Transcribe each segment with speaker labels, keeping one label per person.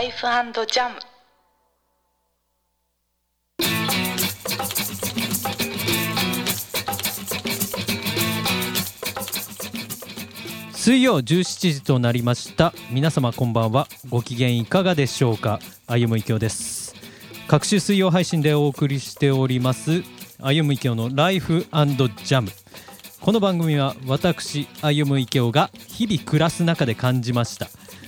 Speaker 1: ジャム
Speaker 2: 水曜17時となりました皆様こんばんはご機嫌いかがでしょうかあゆむいきおです各種水曜配信でお送りしておりますあゆむいきおのライフジャムこの番組は私あゆむいけおが日々暮らす中で感じました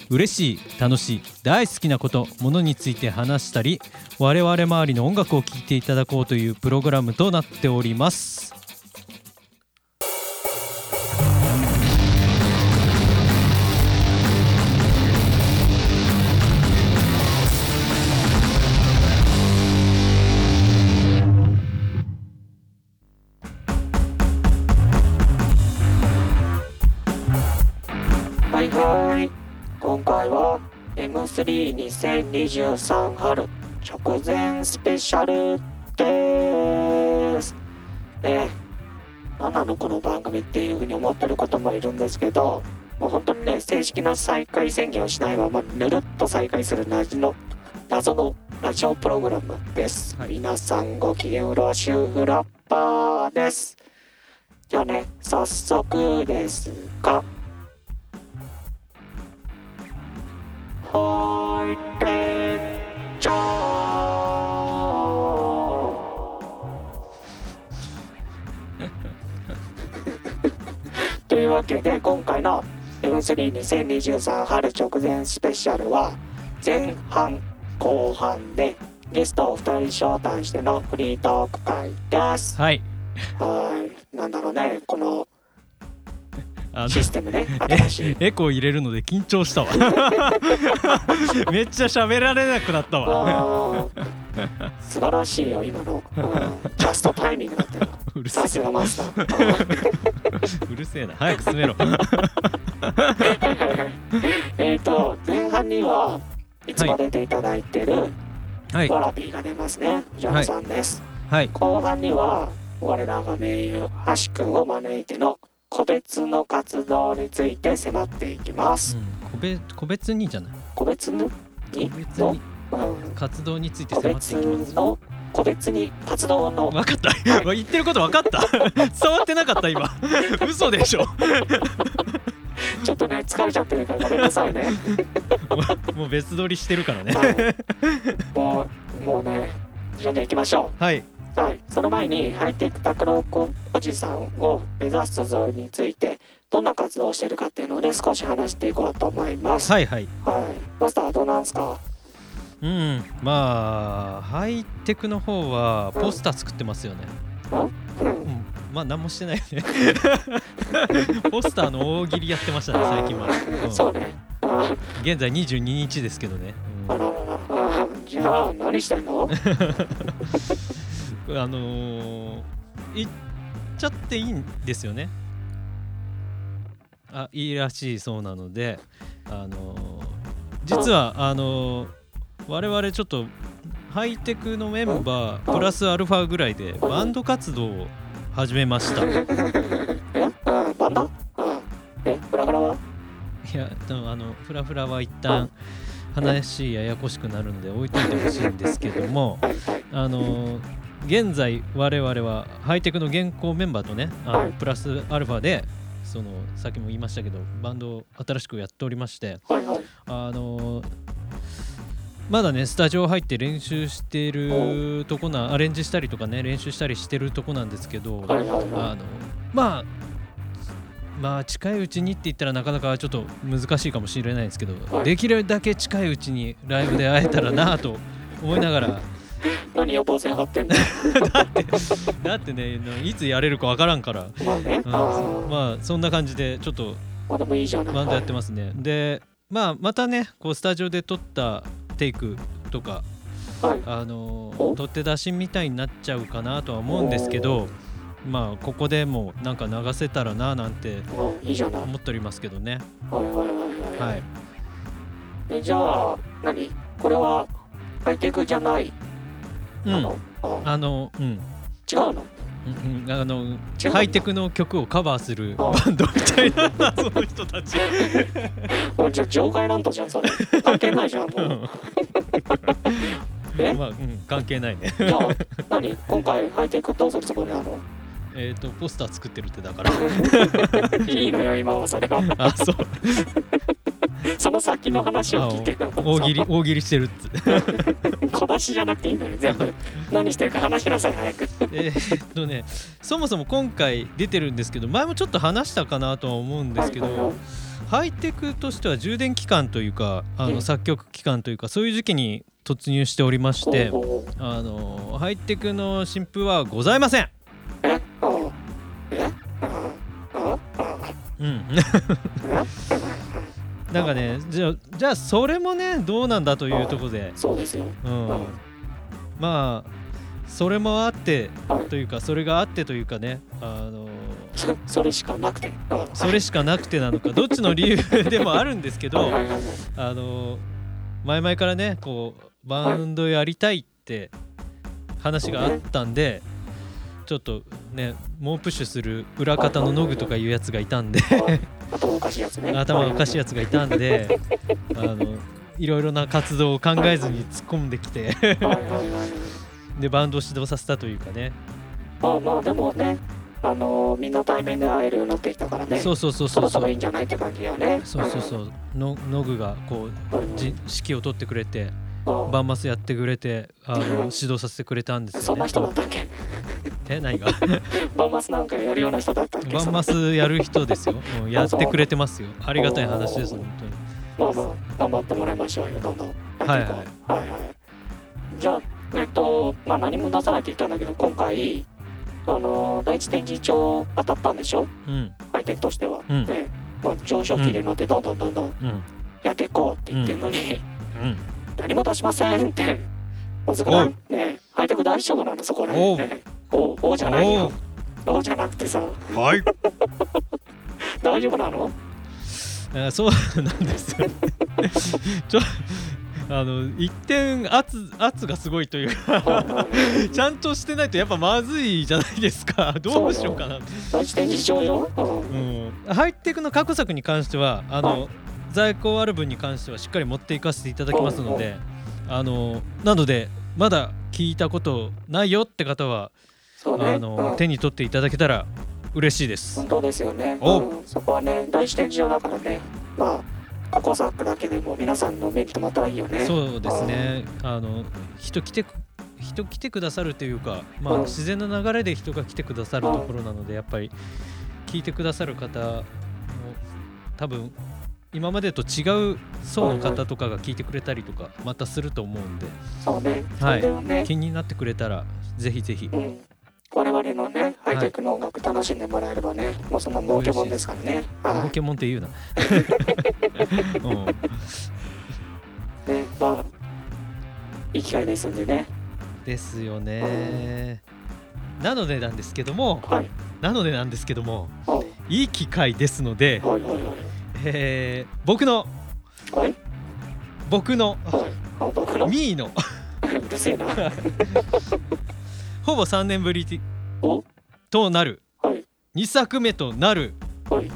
Speaker 2: 嬉しい楽しい大好きなことものについて話したり我々周りの音楽を聴いていただこうというプログラムとなっております
Speaker 3: はいはい今回は M32023 春直前スペシャルですね何なのこの番組っていうふうに思ってる方もいるんですけどもう本当にね正式な再開宣言をしないままぬるっと再開する謎の謎のラジオプログラムです、
Speaker 2: はい
Speaker 3: 皆さんご機嫌うらしゅうフラッパーですじゃあね早速ですがはい、レンジャー というわけで今回の M32023 春直前スペシャルは前半後半でゲストを2人招待してのフリートーク会です。
Speaker 2: はい
Speaker 3: はい、なんだろうね、この
Speaker 2: あの
Speaker 3: システムね、新しい。
Speaker 2: エコー入れるので緊張したわ めっちゃ喋られなくなったわ
Speaker 3: あ ー素晴らしいよ今の、うんジャストタイミングだったよ
Speaker 2: うるせ
Speaker 3: さすがマスタ ー
Speaker 2: えうるせえな早く進めろ
Speaker 3: えっと前半にはいつも出ていただいてる、
Speaker 2: はい
Speaker 3: ワラビーが出ますねジョンさんです、
Speaker 2: はい
Speaker 3: 後半には我らが名優ハシ君を招いての個別の活動について迫っていきます、
Speaker 2: 個別個別にじゃない
Speaker 3: 個別の
Speaker 2: 個
Speaker 3: に
Speaker 2: 別
Speaker 3: の
Speaker 2: に、
Speaker 3: うん、
Speaker 2: 活動について
Speaker 3: 個
Speaker 2: 迫って
Speaker 3: 別
Speaker 2: いきます
Speaker 3: の個別に活動の
Speaker 2: 分かった 言ってること分かった伝わってなかった 今嘘でしょ
Speaker 3: ちょっとね疲れちゃってるからごめんなさいね
Speaker 2: もう別撮りしてるからね
Speaker 3: はいもう、もうね、読んでいきましょ
Speaker 2: はい、
Speaker 3: う。はい、その前にハイテク拓郎くんおじさんを目指すぞについて、どんな活動をしてるかっていうのをね、少し話していこうと思います。
Speaker 2: はいはい
Speaker 3: はい、マスターはどうなんですか。
Speaker 2: うんまあハイテクの方はポスター作ってますよね
Speaker 3: うん
Speaker 2: うんまあ何もしてないよね ポスターの大喜利やってましたね最近は、うん
Speaker 3: そうね。あ
Speaker 2: 現在22日ですけどね、
Speaker 3: あらららあじゃあ何してんの
Speaker 2: うんあのー、言っちゃっていいんですよねあいいらしいそうなのであのー、実はあのー、我々ちょっとハイテクのメンバープラスアルファぐらいでバンド活動を始めましたい
Speaker 3: えうんバンドうんえフラフラは
Speaker 2: やでもあのフラフラは一旦話ややこしくなるので置いといてほしいんですけども
Speaker 3: はいはい
Speaker 2: あのー現在我々はハイテクの現行メンバーとねあの、
Speaker 3: はい
Speaker 2: プラスアルファでそのさっきも言いましたけどバンドを新しくやっておりまして
Speaker 3: はいはい
Speaker 2: あのーまだねスタジオ入って練習してるとこなアレンジしたりとかね練習したりしてるとこなんですけど、
Speaker 3: はいはいは
Speaker 2: あのまあまあ近いうちにって言ったらなかなかちょっと難しいかもしれないですけど、
Speaker 3: はい
Speaker 2: できるだけ近いうちにライブで会えたらなと思いながら
Speaker 3: い何予防線張ってんの
Speaker 2: だってだってねいつやれるかわからんから、
Speaker 3: まあね
Speaker 2: うん
Speaker 3: あーま
Speaker 2: まあそんな感じでちょっと
Speaker 3: あでもいいじゃない
Speaker 2: バンドやってますねでまあまたねこうスタジオで撮ったテイクとか
Speaker 3: はい
Speaker 2: あのー取って出しみたいになっちゃうかなとは思うんですけどまあここでもなんか流せたらななんて
Speaker 3: うんいいじゃない
Speaker 2: 思っておりますけどね
Speaker 3: はいはいはいはい、
Speaker 2: はい
Speaker 3: えじゃあ何これはハイテクじゃない、
Speaker 2: う
Speaker 3: あ
Speaker 2: ん
Speaker 3: のあ
Speaker 2: あのうん
Speaker 3: 違うの
Speaker 2: うんうんあの
Speaker 3: 違う
Speaker 2: ハイテクの曲をカバーする
Speaker 3: あ
Speaker 2: バンドみたいな その人たち
Speaker 3: これじゃあ場外乱闘じゃんそれ関係ないじゃんもう
Speaker 2: うん
Speaker 3: え
Speaker 2: まあ、うん、関係ないね。
Speaker 3: じゃあ何今回ハイテクどうするつもりなの
Speaker 2: えっと、ポスター作ってるってだから。
Speaker 3: いいのよ今はそれは
Speaker 2: あ、そう。
Speaker 3: その先の話を聞いてるから
Speaker 2: 大喜利、大喜利してるっつ。
Speaker 3: 小出しじゃなくていいのよ全部何してるか話しなさい早く
Speaker 2: えーっとね、そもそも今回出てるんですけど、前もちょっと話したかなとは思うんですけ
Speaker 3: はいはいは
Speaker 2: ど
Speaker 3: い。
Speaker 2: ハイテクとしては充電期間というか、あ
Speaker 3: うん
Speaker 2: の作曲期間というか、そういう時期に突入しておりまして。
Speaker 3: おうおう
Speaker 2: あの、ハイテクの新譜はございません。
Speaker 3: えおうえあ
Speaker 2: うん。 なんかねじゃあじゃあそれもねどうなんだというところで、
Speaker 3: そうですよ
Speaker 2: うん
Speaker 3: はい、
Speaker 2: まあそれもあって
Speaker 3: はい
Speaker 2: というかそれがあってというかねあの
Speaker 3: そそれしかなくてうん
Speaker 2: それしかなくてなのかどっちの理由でもあるんですけ
Speaker 3: はい
Speaker 2: ど
Speaker 3: はいはいはい
Speaker 2: あの前々からねこうバンドやりたいって話があったんでちょっとね猛プッシュする裏方のノグとかいうやつがいたんで
Speaker 3: 頭おかしいやつ ね
Speaker 2: 頭がおかしい
Speaker 3: や
Speaker 2: やつがいたんであのいろいろな活動を考えずに突っ込んできて
Speaker 3: つはいはいはいはい
Speaker 2: でバンドを指導させたというかね
Speaker 3: まあまあでもねあのみんな対面で会えるようになってきたからね
Speaker 2: そうそうそう
Speaker 3: そ
Speaker 2: そ
Speaker 3: ろ
Speaker 2: うそ
Speaker 3: そろいい
Speaker 2: うん
Speaker 3: じゃないって感じだよね
Speaker 2: そうそうそうのノグがこう
Speaker 3: うん
Speaker 2: じ指揮を取ってくれて
Speaker 3: うん
Speaker 2: バンマスやってくれてあ の指導させてくれたんです
Speaker 3: そ
Speaker 2: よ
Speaker 3: んな
Speaker 2: ね。
Speaker 3: 人だったっけ
Speaker 2: え何が
Speaker 3: バンマスなんかやるような人だったっけ
Speaker 2: バンマスやる人ですよ、うんやってくれてますよありがたい話です本当に。
Speaker 3: まあまあ頑張ってもらいましょうよどんどん
Speaker 2: はいはい
Speaker 3: はいはいじゃあえっとまあ何も出さないって言ったんだけど今回あの第一展示帳当たったんでしょ
Speaker 2: うん
Speaker 3: 相手としては、
Speaker 2: うん
Speaker 3: で、まあ、上昇期で乗ってどんどんどんどん
Speaker 2: うん
Speaker 3: やっていこうって言ってるのに、
Speaker 2: うん
Speaker 3: 何も出しませんって。まずくないねえ、ハイテク大丈夫なのそこら
Speaker 2: おう
Speaker 3: 辺ねえ。おうおうじゃないよ。おうじゃなくてさ、
Speaker 2: はい
Speaker 3: 大丈 夫なの
Speaker 2: あそうなんですよね。 ちょあの一点圧圧がすごいというかちゃんとしてないとやっぱまずいじゃないですかどうしようかな。
Speaker 3: 大事で事情よ。うん
Speaker 2: うん、ハイテクの過去作に関してはあの在庫ある分に関してはしっかり持っていかせていただきますのであのなのでまだ聞いたことないよって方は
Speaker 3: そうね。
Speaker 2: あ
Speaker 3: う
Speaker 2: の
Speaker 3: ん
Speaker 2: 手に取っていただけたら嬉しいです
Speaker 3: 本。当ですよね。
Speaker 2: お
Speaker 3: うんそこはね、大事で事情だからね。まあ、過去作だけでも皆さんの目に留まったらいいよね。
Speaker 2: そうですね。あの人来てく人来てくださるというか、まあ
Speaker 3: うん
Speaker 2: 自然な流れで人が来てくださるところなので、やっぱり聞いてくださる方も多分今までと違う層の方とかが聞いてくれたりとかまたすると思うんで、
Speaker 3: そうね。
Speaker 2: はい
Speaker 3: それをね、
Speaker 2: 気になってくれたらぜひぜひ
Speaker 3: う。ん。我々のね、ハイテクの音楽楽しんでもらえればね、もうそんな儲けもんですからね。
Speaker 2: ポ
Speaker 3: はい
Speaker 2: ケモンって 言うな。うん
Speaker 3: ね、まあ、いい機会ですんでね。
Speaker 2: ですよね。なのでなんですけども、
Speaker 3: はい。
Speaker 2: なのでなんですけども、
Speaker 3: うんはい
Speaker 2: いい機会ですので。
Speaker 3: はいはい
Speaker 2: えー僕の
Speaker 3: はい。はい
Speaker 2: 僕の
Speaker 3: はい。あ僕 のう
Speaker 2: ミーの
Speaker 3: るせえな。
Speaker 2: ほぼ3年ぶり
Speaker 3: お
Speaker 2: となる
Speaker 3: はい
Speaker 2: 2作目となる
Speaker 3: はい。イ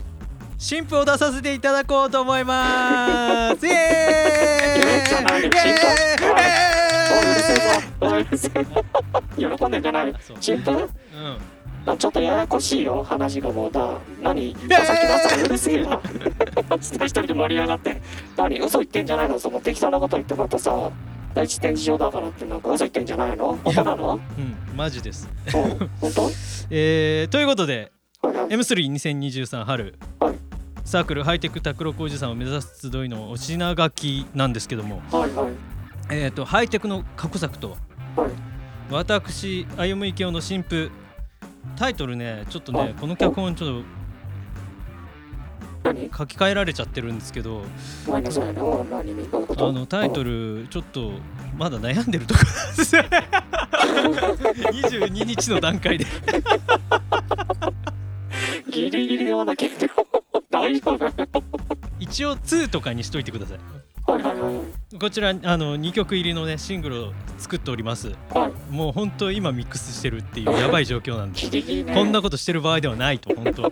Speaker 2: 新譜を出させていただこうと思いますイエ
Speaker 3: エーイじゃな
Speaker 2: ーイ
Speaker 3: い
Speaker 2: イエーイ
Speaker 3: 新譜おうるせ
Speaker 2: イエーイ
Speaker 3: えぞ。おうるせえぞ。喜んでんじゃない
Speaker 2: あそう。
Speaker 3: 新聞
Speaker 2: うん
Speaker 3: あちょっとややこしいよ、話がもうだ。何佐々木さんうるせえな。 一人で盛り上がって。何嘘言ってんじゃないのその適当なこと言ってまたさ。第一展示場だからってなんか嘘言ってんじゃないの本当なの
Speaker 2: うんマジです
Speaker 3: お本当
Speaker 2: えーということで
Speaker 3: はいはい
Speaker 2: M32023 春
Speaker 3: はい
Speaker 2: サークルハイテク拓郎工事さんを目指す集いのお品書きなんですけども
Speaker 3: はいはい
Speaker 2: えーとハイテクの過去作と
Speaker 3: はい。
Speaker 2: 私歩む池雄の新婦タイトルねちょっとね
Speaker 3: あ
Speaker 2: この脚本ちょっ
Speaker 3: 何
Speaker 2: と書き換えられちゃってるんですけど
Speaker 3: ごめんなさいね。お何どういうこ
Speaker 2: あ
Speaker 3: と
Speaker 2: のタイト
Speaker 3: ル。
Speaker 2: ルちょっとまだ悩んでるとこなんです 22日の段階で
Speaker 3: ギリギリではなきゃ 大丈夫。
Speaker 2: 一応2とかにしといてください
Speaker 3: はいはいはい。
Speaker 2: こちらあの2曲入りのねシングルを作っております
Speaker 3: はい、
Speaker 2: もう本当今ミックスしてるっていうやばい状況なんで
Speaker 3: ギリギリね。
Speaker 2: こんなことしてる場合ではないと本当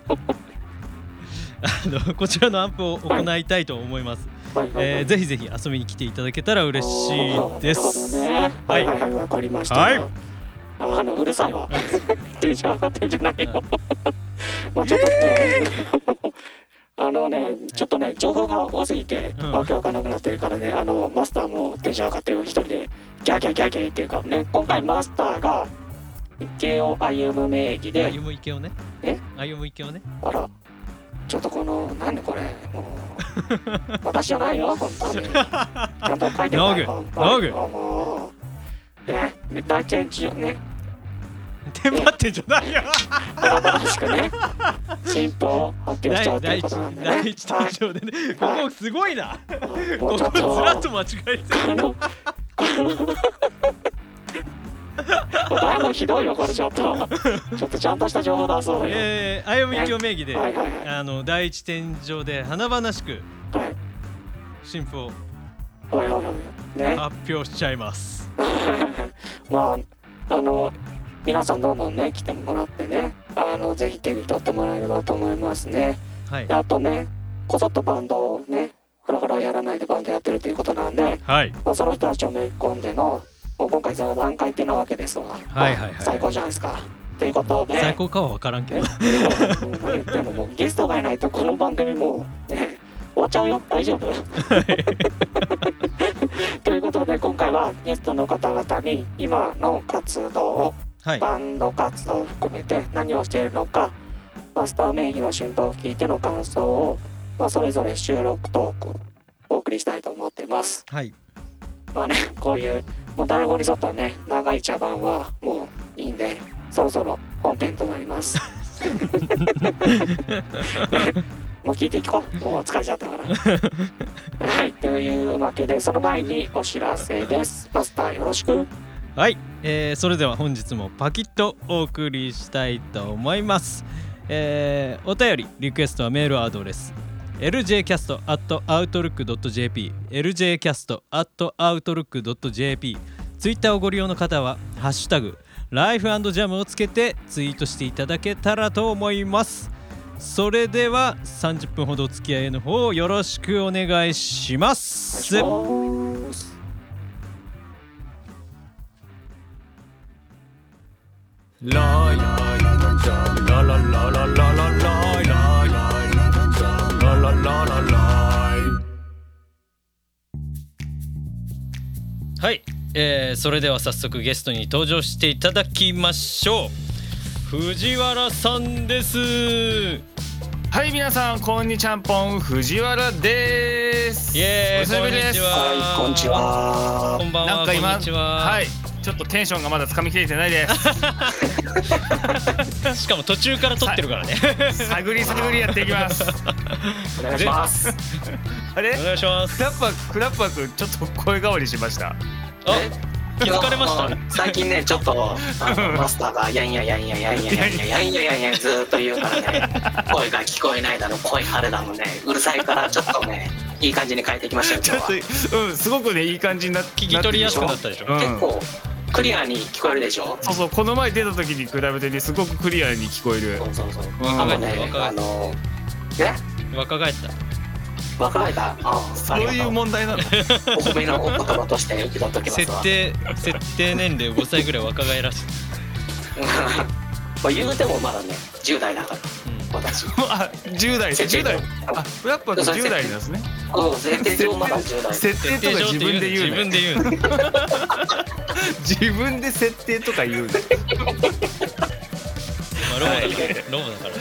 Speaker 2: あのこちらのアンプを行いたいと思います
Speaker 3: はいはいはい
Speaker 2: えーぜひぜひ遊びに来ていただけたら嬉しいで
Speaker 3: なるほど
Speaker 2: す。
Speaker 3: ねはいはいはい、わかりました。
Speaker 2: はい
Speaker 3: あの、うるさいわ。テンション上がってんじゃないよ。まあ、ちょっと、ね、あのね、ちょっとね、情報が多すぎて、
Speaker 2: うん
Speaker 3: わけわかんなくなってるからね、あの、マスターもテンション上がってる一人で、ギャーギャーギャーギャーっていうかね、今回マスターが、池尾歩む名義で、
Speaker 2: 歩む池をね。
Speaker 3: え
Speaker 2: 歩む池をね。
Speaker 3: あら、ちょっとこの、なんでこれ、もう、私じゃないよ、本当に。ちゃんと書いて
Speaker 2: ノグノグ
Speaker 3: もう、ね、大体一応ね、
Speaker 2: テンパってんじゃないよ。
Speaker 3: 新しくね、新報を発表しちゃう
Speaker 2: 第
Speaker 3: とい
Speaker 2: 第一
Speaker 3: うことなんでね。
Speaker 2: 第一登場でね。ここすごいな。
Speaker 3: はいも
Speaker 2: こ
Speaker 3: うちょ
Speaker 2: こ
Speaker 3: っ
Speaker 2: ずらっと
Speaker 3: と、
Speaker 2: 間違えて
Speaker 3: あの、お前もひどいよ、これちょっと。ちょっとちゃんとした情報出そう
Speaker 2: る。
Speaker 3: よ。
Speaker 2: えー、歩む池を名義で、
Speaker 3: はいはいはい
Speaker 2: あの第一天井で華々しく
Speaker 3: はい、
Speaker 2: 新婦を
Speaker 3: おいおいおい。ね。
Speaker 2: 発表しちゃいます。
Speaker 3: まあ、あの、皆さんどんどんね、来てもらってね、あの、ぜひ手に取ってもらえればと思いますね。
Speaker 2: はい
Speaker 3: であとね、こそっとバンドをね、ふらふらやらないでバンドやってるということなんで、
Speaker 2: はい
Speaker 3: まあ、その人たちをめ込んでの、もう今回座談会ってなわけですわ。
Speaker 2: はいはいはい
Speaker 3: まあ最高じゃないですか。ということで、
Speaker 2: 最高かは分からんけ
Speaker 3: ね
Speaker 2: ど。、
Speaker 3: うんでももうゲストがいないとこの番組もう、ね、終わっちゃうよ大丈夫ということで今回はゲストの方々に今の活動を
Speaker 2: はい
Speaker 3: バンド活動を含めて何をしているのかマスター名義の新報を聞いての感想を、まあ、それぞれ収録トークお送りしたいと思ってます。
Speaker 2: はい
Speaker 3: まあね、こういうもたれごに沿ったね長い茶番はもういいんでそろそろ本編となります。 もう聞いていこう。もう疲れちゃったから。はい、というわけで、その前にお知らせです。マスターよろしく。
Speaker 2: はい、えー、それでは本日もパキッとお送りしたいと思います、えー、お便りリクエストはメールアドレス ljcast.outlook.jp ljcast.outlook.jp ツイッターをご利用の方は「ハッシュタグライフジャム」をつけてツイートしていただけたらと思いますそれでは30分ほどお付き合いの方よろしくお願いしま
Speaker 3: お願い
Speaker 2: す
Speaker 3: します
Speaker 1: ライライララジャムララララララライライライララジャムララララライ
Speaker 2: はい、えー、それでは早速ゲストに登場していただきましょう藤原さんです
Speaker 4: はい、皆さん、こんにちはんぽん、藤原です。
Speaker 2: イエーイ
Speaker 4: お久しぶりです。
Speaker 2: こんにち
Speaker 3: はい、こんにちは
Speaker 2: こ。んばんは
Speaker 4: なんか今
Speaker 2: こんにちは、
Speaker 4: はい、ちょっとテンションがまだつかみきれてないです。
Speaker 2: しかも途中から撮ってるからね、
Speaker 4: 探り探りやっていきます。
Speaker 3: お願いします。
Speaker 4: あれ、
Speaker 2: お願いしま
Speaker 4: ク
Speaker 2: す
Speaker 4: ラッパー、クラッパーくん、ちょっと声変わりしまし
Speaker 2: あ
Speaker 4: た。
Speaker 2: 気づかれました
Speaker 3: いや最近ね、ちょっと、あのマスターが、やんやんやんやんやんやんやんやんやんやんやんやんずーっと言うからね、声が聞こえないだろ、声張るだもんね、うるさいから、ちょっとね、いい感じに変えてきましたよ、
Speaker 4: ち
Speaker 3: 今
Speaker 4: ょ
Speaker 3: 日
Speaker 4: っ
Speaker 3: は
Speaker 4: と、。 うん、すごくね、いい感じになって。
Speaker 2: 聞き取りやすくなったでしょ
Speaker 4: うん
Speaker 3: 結構、クリアに聞こえるでしょ。
Speaker 4: そうそう、この前出た時に比べてね、すごくクリアに聞こえる
Speaker 3: そ。うそうそう。
Speaker 4: うん
Speaker 3: あとね、
Speaker 2: 若い
Speaker 3: あの、ね、
Speaker 2: 若返った
Speaker 3: 若いが、あ
Speaker 4: そういう
Speaker 3: も
Speaker 4: 問題なの。
Speaker 3: お褒めのお言葉として受け取っときますわ
Speaker 2: 設。定設定年齢5歳ぐらい若返らしい、
Speaker 3: まあ言うてもまだね、10代だから、
Speaker 2: う
Speaker 3: 私。
Speaker 4: あ、十代、
Speaker 3: 設
Speaker 4: 十
Speaker 3: 定
Speaker 4: 代。あ、クラッパーくん、十代なんですね。
Speaker 3: うん、設定上まだ10代。
Speaker 4: 設定
Speaker 2: ん、設定
Speaker 4: とか
Speaker 2: 上
Speaker 4: 自分で言
Speaker 2: って言う
Speaker 4: うね。
Speaker 2: の自分で言うの
Speaker 4: 自分で設定とか言うね。
Speaker 2: まあロボだからねロボだからね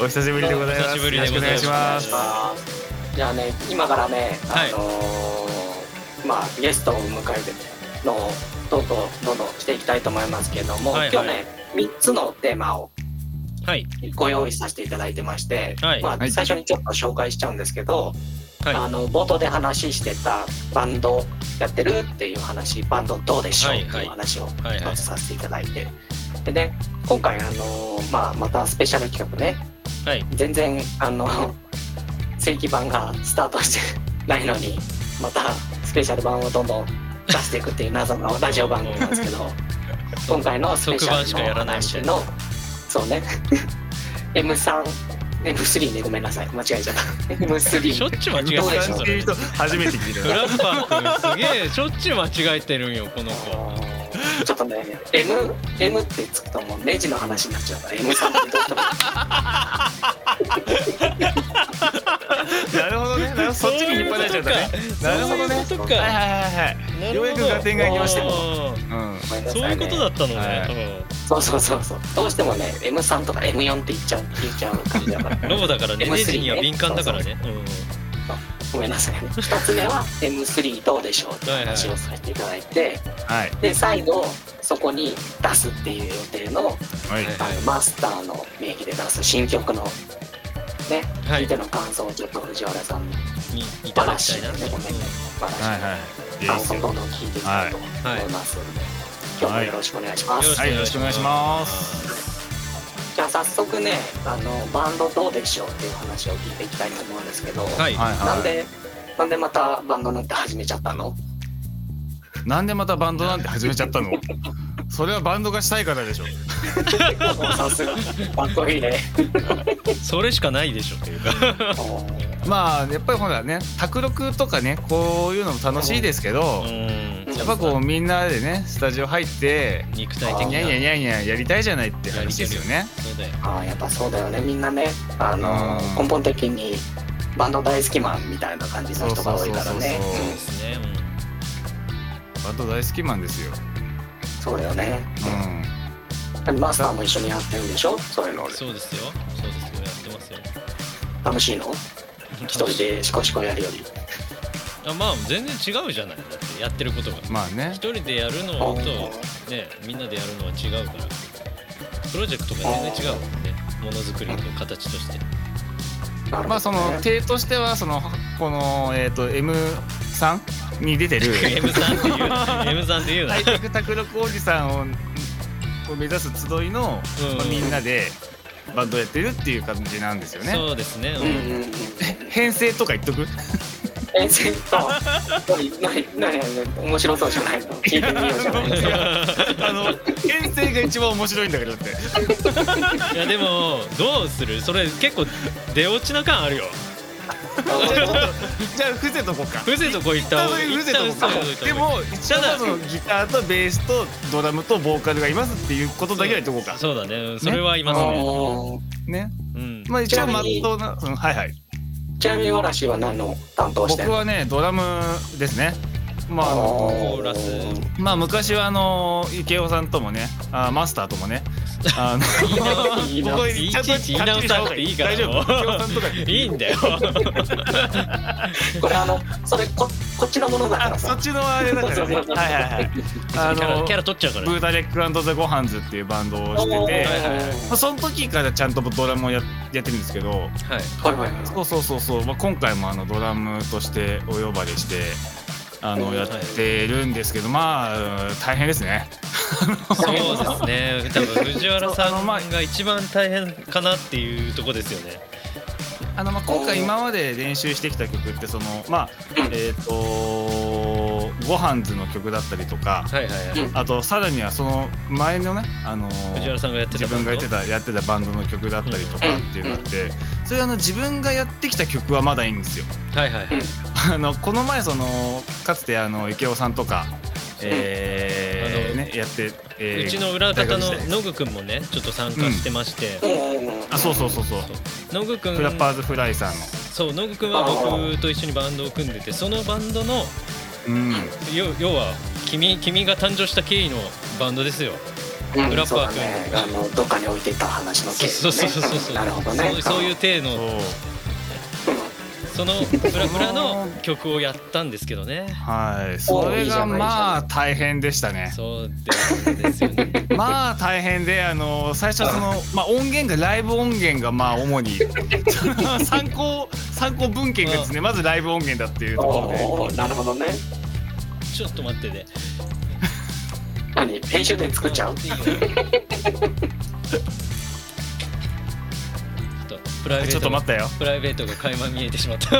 Speaker 4: お久しぶりでございま
Speaker 2: お久
Speaker 4: す。
Speaker 2: しぶり
Speaker 4: よ
Speaker 2: で
Speaker 4: ろしく
Speaker 2: ご
Speaker 4: お
Speaker 2: ざい
Speaker 4: 願
Speaker 2: ま
Speaker 4: い
Speaker 2: す
Speaker 4: します。
Speaker 3: じゃあね、今からね、
Speaker 2: は
Speaker 3: あ
Speaker 2: い
Speaker 3: のーまあゲストを迎えてねのどんどんどんどんしていきたいと思いますけども、
Speaker 2: はいはい
Speaker 3: 今日ね3つのテーマを
Speaker 2: はい
Speaker 3: ご用意させていただいてまして、
Speaker 2: はい
Speaker 3: まあ、
Speaker 4: はい
Speaker 3: 最初にちょっと紹介しちゃうんですけど、
Speaker 2: はい
Speaker 3: あの冒頭で話してたバンドやってるっていう話バンドどうでしょう
Speaker 2: は
Speaker 3: っ
Speaker 2: い
Speaker 3: て
Speaker 2: はい
Speaker 3: いう話を
Speaker 2: はいは
Speaker 3: 一
Speaker 2: い
Speaker 3: つさせていただいて、でね今回、あのーまあ、またスペシャル企画ね
Speaker 2: はい
Speaker 3: 全然あの正規版がスタートしてないのにまたスペシャル版をどんどん出していくっていう謎のラジオ番組なんです けど今回のスペシャルの話のそうね M3 F3 ねごめんなさい間違えちゃった F3
Speaker 2: しょっちゅう間違えて
Speaker 3: ど
Speaker 2: る
Speaker 3: うで
Speaker 2: な
Speaker 3: しょう
Speaker 4: っていう人初めて聞いた
Speaker 2: フラッパー君すげえしょっちゅう間違えてるんよこの子
Speaker 3: ちょっとね M, M ってつくともうレジの話になっちゃうから M さんってどうしても
Speaker 4: なるほどねなるほどそっちに引っ張られちゃったねなるほどね
Speaker 2: そういうこと
Speaker 4: はい
Speaker 2: か
Speaker 4: はいはいはい
Speaker 2: なるほど
Speaker 4: ようやく合点がいきましたよ
Speaker 2: あ
Speaker 4: うん
Speaker 3: ごめん
Speaker 2: ー
Speaker 3: な
Speaker 2: そう
Speaker 3: さ
Speaker 2: い
Speaker 3: いう
Speaker 2: こ
Speaker 3: ね
Speaker 2: とだったの
Speaker 4: は
Speaker 2: ね
Speaker 4: い
Speaker 2: 多分
Speaker 3: そうそうそうそうどうしてもね M さんとか M4 って言っちゃう言っちゃう感じ だから
Speaker 2: ロボだからね
Speaker 3: M3
Speaker 2: レジには敏感だからねうん
Speaker 3: ごめんなさいね一つ目は M3 どうでしょうって話をさせていただいて
Speaker 4: はい
Speaker 3: で最後そこに出すっていう予定の
Speaker 4: はい
Speaker 3: あのマスターの名義で出す新曲のね、
Speaker 2: は
Speaker 3: 見
Speaker 2: い
Speaker 3: ての感想をちょっと藤原さんに
Speaker 2: いいただきたいなと
Speaker 3: ごめんねお話し
Speaker 4: はいはいいいで
Speaker 3: 感
Speaker 4: す
Speaker 3: 想
Speaker 4: よ
Speaker 3: どんどん聞いていきたいと思いますので、今日もよろしくお願いします、
Speaker 4: はいよろしくお願いします
Speaker 3: じゃあ早速ねあのバンドどうでしょうっていう話を聞いていきたいと思うんですけど、
Speaker 2: はい
Speaker 4: はい
Speaker 3: なん
Speaker 4: は
Speaker 3: でなんでまたバンドなんて始めちゃ ったの
Speaker 4: いなんでまたバンドなんて始めちゃったのそれはバンドがしたいからでしょ
Speaker 3: さすがかっこいいね
Speaker 2: それしかないでしょっていう か
Speaker 4: まあやっぱりほらね卓録とかねこういうのも楽しいですけど
Speaker 2: うん
Speaker 4: やっぱこうみんなでねスタジオ入って
Speaker 2: 肉体的
Speaker 4: ニ
Speaker 2: な
Speaker 4: ャンニャンニャンニャンやりたいじゃないって話ですよね
Speaker 2: そうだよ
Speaker 3: ああやっぱそうだよねみんなねあの
Speaker 4: うん
Speaker 3: 根本的にバンド大好きマンみたいな感じの人が多いからね
Speaker 4: そうそうそうそう
Speaker 2: そうですね
Speaker 4: バンド大好きマンです
Speaker 3: う
Speaker 4: よ
Speaker 3: んそうだよね
Speaker 4: うん
Speaker 3: マスターも一緒にやってるんでしょそういうの
Speaker 2: うんそうですよそうですよやってますよ
Speaker 3: 楽しいの一人でシコシコやるより
Speaker 2: あまあ全然違うじゃないだってやってることが
Speaker 4: まあね
Speaker 2: 一人でやるのとねみんなでやるのは違うからプロジェクトが全然違うもんねものづくりの形として
Speaker 3: なるほどね
Speaker 4: まあその体としてはそのこのえっ、と M さんに出 てる
Speaker 2: M さんっていうな M さんっていうな
Speaker 4: ハイテク卓録おじさんをを目指す集いの、
Speaker 2: うん
Speaker 4: まあ、みんなでバンドやってるっていう感じなんですよね。
Speaker 2: そうですね
Speaker 3: うんうんうん
Speaker 4: 編成とか言っとく
Speaker 3: えちょっと何何何面白そうじゃないの聞いてみようじゃないの
Speaker 4: あの編成が一番面白いんだけどって
Speaker 2: いやでもどうするそれ結構出落ちな感あるよ
Speaker 4: じゃあ伏せとこうか
Speaker 2: 風情とこ行った
Speaker 4: 多
Speaker 2: 方が
Speaker 4: 分伏せとこう
Speaker 2: 一旦伏せとこ
Speaker 4: か
Speaker 2: う
Speaker 4: でも一応はそのギターとベースとドラムとボーカルがいますっていうことだけは言っとこうか
Speaker 2: そうだねうんそれはいますね
Speaker 3: うん
Speaker 4: ね
Speaker 2: うん
Speaker 4: まあ一応まっとうな、うん、はいはい
Speaker 3: ちなみに嵐は何の担当してん
Speaker 4: 僕
Speaker 3: の
Speaker 4: はねドラムですねまああの
Speaker 2: コーラス
Speaker 4: まあ昔はあの池尾さんともねあマスターともねあの
Speaker 2: いいな
Speaker 3: 言い
Speaker 4: こ
Speaker 3: 直
Speaker 4: こ
Speaker 2: い
Speaker 4: に
Speaker 2: い
Speaker 4: ちゃんと
Speaker 2: ちいち言い直さなくていいから
Speaker 4: 大丈夫池尾さんとか
Speaker 2: いいんだよ
Speaker 3: これあのそれここっちのものだから
Speaker 4: あそ
Speaker 3: さ
Speaker 4: っちのあれだからねはいはいはいあ
Speaker 2: キャラ
Speaker 4: の
Speaker 2: キャラ取っちゃうから
Speaker 4: ブータレックザ・ゴハンズっていうバンドをしてて
Speaker 2: はいはい
Speaker 4: まあ、その時からちゃんとドラムをややってるんですけど
Speaker 2: はい
Speaker 3: はいはいはい
Speaker 4: そうそうそうそう、まあ、今回もあのドラムとしてお呼ばれしてあのやってるんですけどまあうん大変ですね
Speaker 2: そうですね多分藤原さんが一番大変かなっていうとこですよね
Speaker 4: あのまあ今回今まで練習してきた曲ってそのまあえっ、と「ごはんず」の曲だったりとか
Speaker 2: はいはいはい
Speaker 4: あとさらにはその前のねあの
Speaker 2: 藤原さんがやってた
Speaker 4: 自分がやってたやってたバンドの曲だったりとかっていうのがあってそれあの自分がやってきた曲はまだいいんですよ。
Speaker 2: たはいはいはい
Speaker 4: あのこの前そのかつてあの池尾さんとか、え
Speaker 2: あ
Speaker 4: ー
Speaker 2: の
Speaker 4: ね、やって、えー
Speaker 2: うちの裏方
Speaker 4: 大
Speaker 2: の
Speaker 4: 学時代
Speaker 2: 野口くんもねちょっと参加してまして、
Speaker 4: あそうそうそうそう
Speaker 2: 野口くん
Speaker 4: フラッパーズフライさんの、
Speaker 2: そう野口くんは僕と一緒にバンドを組んでてそのバンドの
Speaker 4: うん、
Speaker 2: 要要は君君が誕生した経緯のバンドですよ
Speaker 3: うん
Speaker 2: 裏っ
Speaker 3: そう
Speaker 2: 側
Speaker 3: だねあのどっかに置いてた話の
Speaker 2: そ
Speaker 3: 件
Speaker 2: うそうそうそうそう
Speaker 3: ねなるほどね
Speaker 2: そうそういう体
Speaker 4: そう
Speaker 2: のそのフラフラの曲をやったんですけどね
Speaker 4: はいそれがまあ大変でしたね
Speaker 2: そうですよね
Speaker 4: まあ大変であの最初はその、まあ、音源がライブ音源がまあ主に 参考参考文献がですねまずライブ音源だっていうところで
Speaker 3: おーなるほどね
Speaker 2: ちょっと待ってね
Speaker 3: 何編集で作っちゃう
Speaker 2: いいよちょっとプライベート
Speaker 4: ちょっと待ったよ
Speaker 2: プライベートが垣間見えてしまった
Speaker 3: ち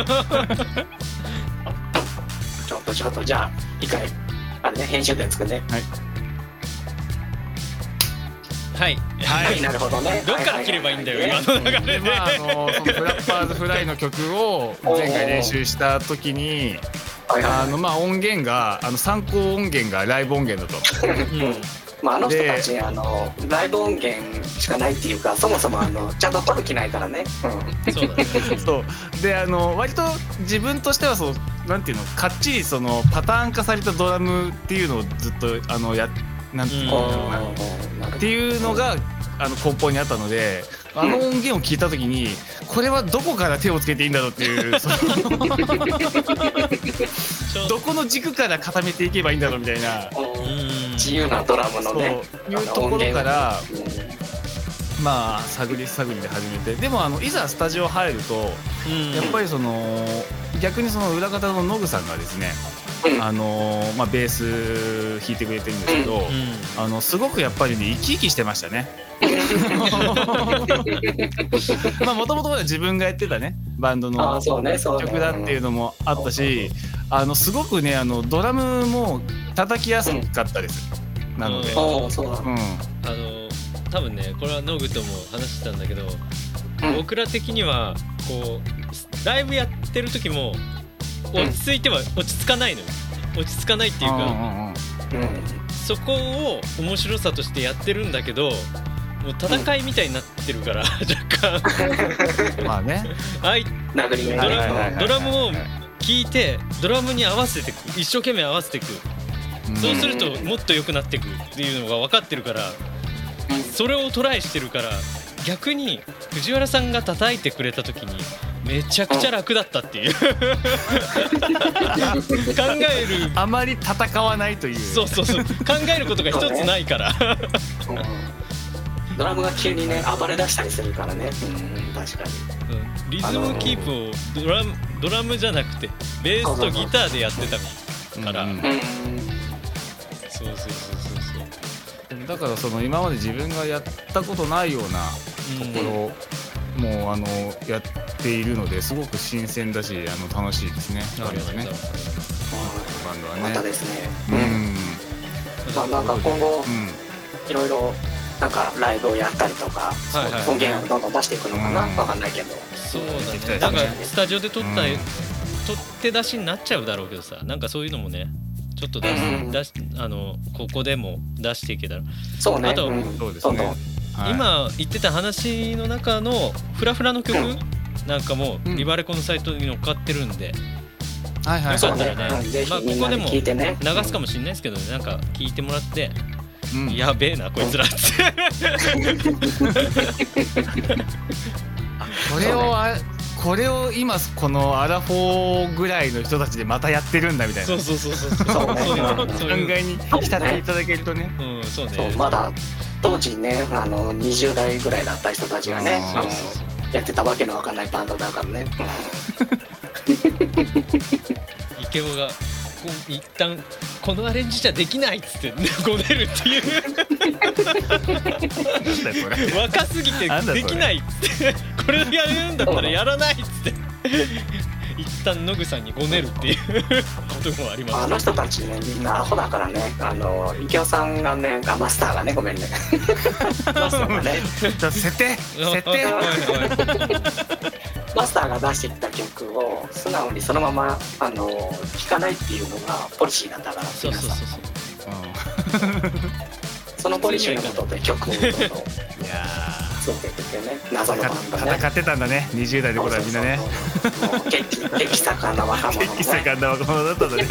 Speaker 3: ょっとちょっとじゃあ一回あれね編集で作るね
Speaker 2: はい
Speaker 4: はい
Speaker 3: なるほどね
Speaker 2: どっから切ればいいんだよ今の流れ
Speaker 4: で
Speaker 2: で
Speaker 4: まああのそのフラッパーズフライの曲を前回練習した時に
Speaker 3: はいはいはい
Speaker 4: あのまあ音源があの参考音源がライブ音源だと
Speaker 3: まあ、あの人たちあのライブ音源しかないっていうかそもそもあのちゃんと撮る気ないからね、うん
Speaker 2: そうだね
Speaker 4: そうであの割と自分としてはそうなんていうのかっちりそのパターン化されたドラムっていうのをずっとあのやなんていうのかな、
Speaker 3: なるほど
Speaker 4: っていうのがあの根本にあったのであの音源を聞いた時にこれはどこから手をつけていいんだろうっていうその
Speaker 2: ちょ
Speaker 4: どこの軸から固めていけばいいんだろうみたいな
Speaker 2: う
Speaker 3: うん
Speaker 2: ん
Speaker 3: 自由なドラムの
Speaker 4: そう
Speaker 3: ね
Speaker 4: いうところから
Speaker 3: あの音源
Speaker 4: まあ探り探りで始めてでもあのいざスタジオ入ると
Speaker 2: うん
Speaker 4: やっぱりその逆にその裏方のノグさんがですね
Speaker 3: うん
Speaker 4: あのまあベース弾いてくれてるんですけど。
Speaker 2: うん
Speaker 4: あのすごくやっぱりね生き生きしてました ね。まあもともと自分がやってたねバンド
Speaker 3: あ
Speaker 4: の
Speaker 3: ーそうねそうね
Speaker 4: 曲だっていうのもあったしあのすごくねあのドラムも叩きやすかったです、なの
Speaker 2: う
Speaker 4: で、うんん
Speaker 3: おーそうだ
Speaker 2: あの多分ねこれはノグとも話してたんだけど、
Speaker 3: うん
Speaker 2: 僕ら的にはこうライブやってる時も
Speaker 3: うん
Speaker 2: 落ち着いては落ち着かないのよ落ち着かないっていう
Speaker 4: うんう
Speaker 2: か、
Speaker 4: んう
Speaker 3: う
Speaker 4: ん
Speaker 3: ん
Speaker 2: そこを面白さとしてやってるんだけどもう戦いみたいになってる から、若干
Speaker 4: まあね
Speaker 2: 相
Speaker 3: 殴り目
Speaker 2: ド
Speaker 3: が
Speaker 2: ラ
Speaker 3: ね
Speaker 2: ム
Speaker 4: はいはいはいはい
Speaker 2: ドラムを聞いてドラムに合わせてく一生懸命合わせてくそうするともっと良くなってくっていうのが分かってるからそれをトライしてるから逆に藤原さんが叩いてくれた時にめちゃくちゃ楽だったっていう考える
Speaker 4: あまり戦わないという
Speaker 2: そうそうそう考えることが一つないから
Speaker 3: うんドラムが急にね暴れ出したりするからねうん確かに
Speaker 2: うんリズムキープをドラムドラムじゃなくてベースとギターでやってたから
Speaker 4: うん
Speaker 3: う
Speaker 2: そうそうそうそ
Speaker 4: だからその今まで自分がやったことないような
Speaker 2: うそう
Speaker 4: ところをもうあのやっているのですごく新鮮だしあの楽しいですね。
Speaker 2: ありがとうござい
Speaker 4: ね
Speaker 2: ます
Speaker 4: バンドは
Speaker 3: んまた
Speaker 4: ね。
Speaker 3: ですね
Speaker 4: うんうん
Speaker 3: まあなんか今後
Speaker 4: う
Speaker 3: いろいろなんかライブをやったりとか
Speaker 2: はいはい
Speaker 3: 音源をどんどん出していくのかな
Speaker 4: うん
Speaker 3: わかんないけど
Speaker 2: そう
Speaker 4: でき
Speaker 2: だ
Speaker 4: た
Speaker 2: ね
Speaker 4: り
Speaker 2: なんか
Speaker 3: ね
Speaker 2: スタジオで撮った、
Speaker 4: うん
Speaker 2: 撮って出しになっちゃうだろうけどさなんかそういうのもねちょっと出し,、
Speaker 3: うん
Speaker 2: 出しあのここでも出していけたら、
Speaker 3: そうね
Speaker 2: あと
Speaker 3: ん
Speaker 4: そうです
Speaker 3: ど
Speaker 4: ね
Speaker 3: んどん
Speaker 4: はい
Speaker 2: 今言ってた話の中のフラフラの曲、
Speaker 3: うん
Speaker 2: なんかも
Speaker 4: う
Speaker 2: うんリバレコのサイトに乗っかってるんで
Speaker 4: はいはい
Speaker 2: そ
Speaker 3: そうう
Speaker 2: だ
Speaker 3: ね
Speaker 2: よね
Speaker 3: うんぜ
Speaker 2: まあ
Speaker 3: ひ
Speaker 2: ここ
Speaker 3: みんな
Speaker 2: で
Speaker 3: で
Speaker 2: も
Speaker 3: 聞いてね
Speaker 2: 流すかもしれないですけど、なんか聞いてもらって、
Speaker 4: うん
Speaker 2: やべえなこいつらって
Speaker 4: これをあこれを今このアラフォーぐらいの人たちでまたやってるんだみたい
Speaker 2: そ
Speaker 4: な
Speaker 2: う
Speaker 4: 考
Speaker 2: そうそうそうそう
Speaker 3: そうね
Speaker 2: いうの
Speaker 3: うん
Speaker 2: そういうの
Speaker 4: えに浸っていただけるとね。
Speaker 2: うんそうね
Speaker 3: そうまだ当時ねあの20代ぐらいだった人たちがね
Speaker 4: うん
Speaker 3: あのやってたわけのわかんないバンドだからね
Speaker 2: 池尾がこう一旦このアレンジじゃできないっつってごねるっていう
Speaker 4: なんだよこれ
Speaker 2: 若すぎて
Speaker 4: なんだそ
Speaker 2: で
Speaker 4: れ
Speaker 2: きないっつってこれやるんだったらやらないっつって一旦ノグさんにごねるっていうこともありま
Speaker 3: あ
Speaker 2: した
Speaker 3: の人たちねみんなアホだからねあの池尾さんがねあマスターがねごめんねマスターがね
Speaker 4: じゃあ設定 設定
Speaker 2: おいおい
Speaker 3: マスターが出してきた曲を素直にそのままあの聴かないっていうのがポリシーなんだから
Speaker 2: そ
Speaker 3: 皆
Speaker 2: うそうそう
Speaker 3: さん
Speaker 2: そう
Speaker 3: そのポリシーのことで曲をどんどん作
Speaker 4: うんいや
Speaker 3: っていくっていうね謎のバンド
Speaker 4: ー
Speaker 3: ね
Speaker 4: 戦ってたんだね20代の頃はみんなね
Speaker 3: そうそうそう もう激激盛んな若者のね
Speaker 4: 一世間な若者だったんだね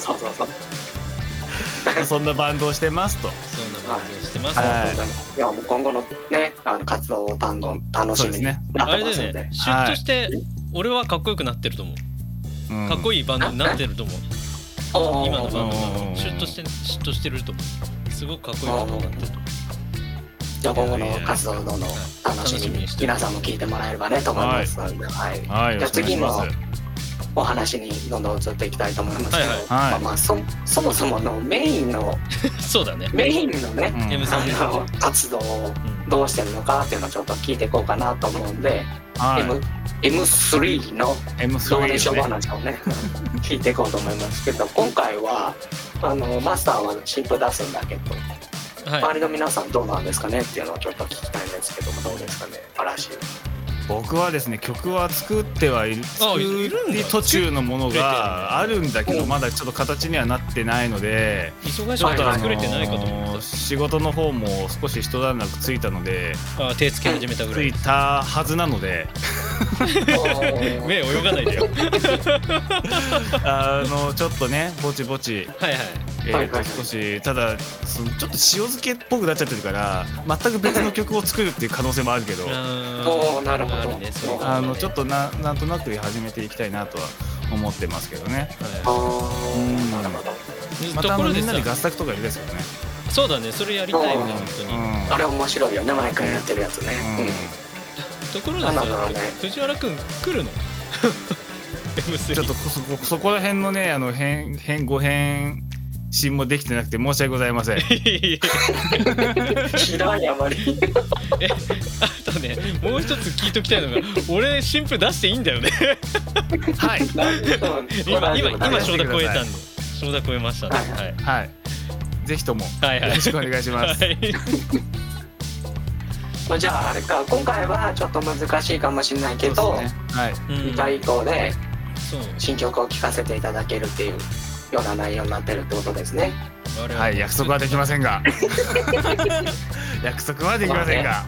Speaker 3: そうそうそう
Speaker 4: そんなバンドをしてますと
Speaker 2: そんな感じしてます、
Speaker 4: はい
Speaker 3: いやもう今後のねあの活動をどんどん楽しみにな
Speaker 2: あ
Speaker 3: って
Speaker 2: れ
Speaker 3: ます
Speaker 2: だ
Speaker 3: の
Speaker 2: よ
Speaker 3: で
Speaker 2: ねシュッとして俺はかっこよくなってると思うかっこ
Speaker 4: いい
Speaker 2: いいバンドになってると思う
Speaker 3: おー
Speaker 2: 今のバンドが
Speaker 4: うん
Speaker 2: シュッとしてシュッとしてると思うすごくかっこいいバンドになってると思う
Speaker 3: じゃあ今後の活動をどんどん楽しみに皆さんも聞いてもらえればねと思いますので、はい
Speaker 4: はい
Speaker 3: じゃあ
Speaker 4: よろしくお願い
Speaker 3: 次
Speaker 4: しま
Speaker 3: の
Speaker 4: す
Speaker 3: お話にどんどん移っていきたいと思いますけど、
Speaker 2: はいはい
Speaker 4: はい
Speaker 3: まあ、まあそそもそものメインの
Speaker 2: そうだね
Speaker 3: メインのね、
Speaker 4: うん
Speaker 2: M さんね
Speaker 3: あの活動をどうしてるのかっていうのをちょっと聞いていこうかなと思うんで、
Speaker 4: は
Speaker 3: M M3 の
Speaker 4: い M3
Speaker 3: ドー
Speaker 4: をね
Speaker 3: レショ話をね聞い ていこうと思いますけど今回はあのマスターは新譜出すんだけど
Speaker 2: は
Speaker 3: 周りの皆さんどうなんですかねっていうのをちょっと聞きたいんですけどもどうですかね 嵐
Speaker 4: 僕はですね曲は作ってはいる
Speaker 2: あ
Speaker 4: 作
Speaker 2: いるんだ
Speaker 4: り途中のものがあるんだけ
Speaker 3: う
Speaker 4: ど
Speaker 3: ん
Speaker 4: まだちょっと形にはなってないので
Speaker 2: い忙し
Speaker 4: ちょ
Speaker 2: か
Speaker 4: っ
Speaker 2: った
Speaker 4: と
Speaker 2: ら
Speaker 4: あ
Speaker 2: 作れてないかと思っ
Speaker 4: のー仕事の方も少し一段落ついたので
Speaker 2: たあ手つけ始めたぐら
Speaker 4: つ
Speaker 2: い
Speaker 4: いたはずなので
Speaker 2: 目泳がないでよ
Speaker 4: あのちょっとねぼちぼち
Speaker 2: はいはい
Speaker 4: え
Speaker 3: はい
Speaker 4: ー
Speaker 3: はいは
Speaker 4: と
Speaker 3: い
Speaker 4: 少しただそのちょっと塩漬けっぽくなっちゃってるから全く別の曲を作るっていう可能性もあるけど
Speaker 2: あー
Speaker 3: おーなるほど
Speaker 2: あねそういうことね
Speaker 4: あのちょっとななんとなく始めていきたいなとは思ってますけどね
Speaker 2: は
Speaker 3: あ
Speaker 4: うん
Speaker 3: ーなるほど
Speaker 2: い
Speaker 4: ま
Speaker 2: と
Speaker 4: たあ
Speaker 2: こ
Speaker 4: の
Speaker 2: ろ
Speaker 4: み
Speaker 2: で
Speaker 4: んな
Speaker 2: さ
Speaker 4: で合作とかやりたいですよね
Speaker 2: そうだねそれやりたいよね本当に
Speaker 3: あれ面白いよね毎回やってるやつね
Speaker 4: うん
Speaker 3: うん
Speaker 2: ところで
Speaker 3: なんだろうね
Speaker 2: さ藤原君来るの M3
Speaker 4: ちょっとそこそこら辺のねあの変変誤変新もできてなくて申し訳ございません
Speaker 3: 知らんや まり
Speaker 2: えあとねもう一つ聞いときたいのが俺新婦出していいんだよね
Speaker 4: はい
Speaker 2: 今今今
Speaker 4: し
Speaker 2: 承
Speaker 4: ょ
Speaker 2: 諾超えたんで承諾超えましたねはい
Speaker 4: はいぜひともよ
Speaker 2: はいはい
Speaker 4: ろしくお願いします、
Speaker 2: はい
Speaker 3: まあじゃああれか今回はちょっと難しいかもしれないけ
Speaker 4: そ
Speaker 3: ど
Speaker 4: うですねはい
Speaker 2: うん
Speaker 3: 2回以降で
Speaker 2: そう
Speaker 3: 新曲を聴かせていただけるっていうような内容になってるってことですね
Speaker 2: 我々
Speaker 4: はい、約束はできません が約束はできませんが、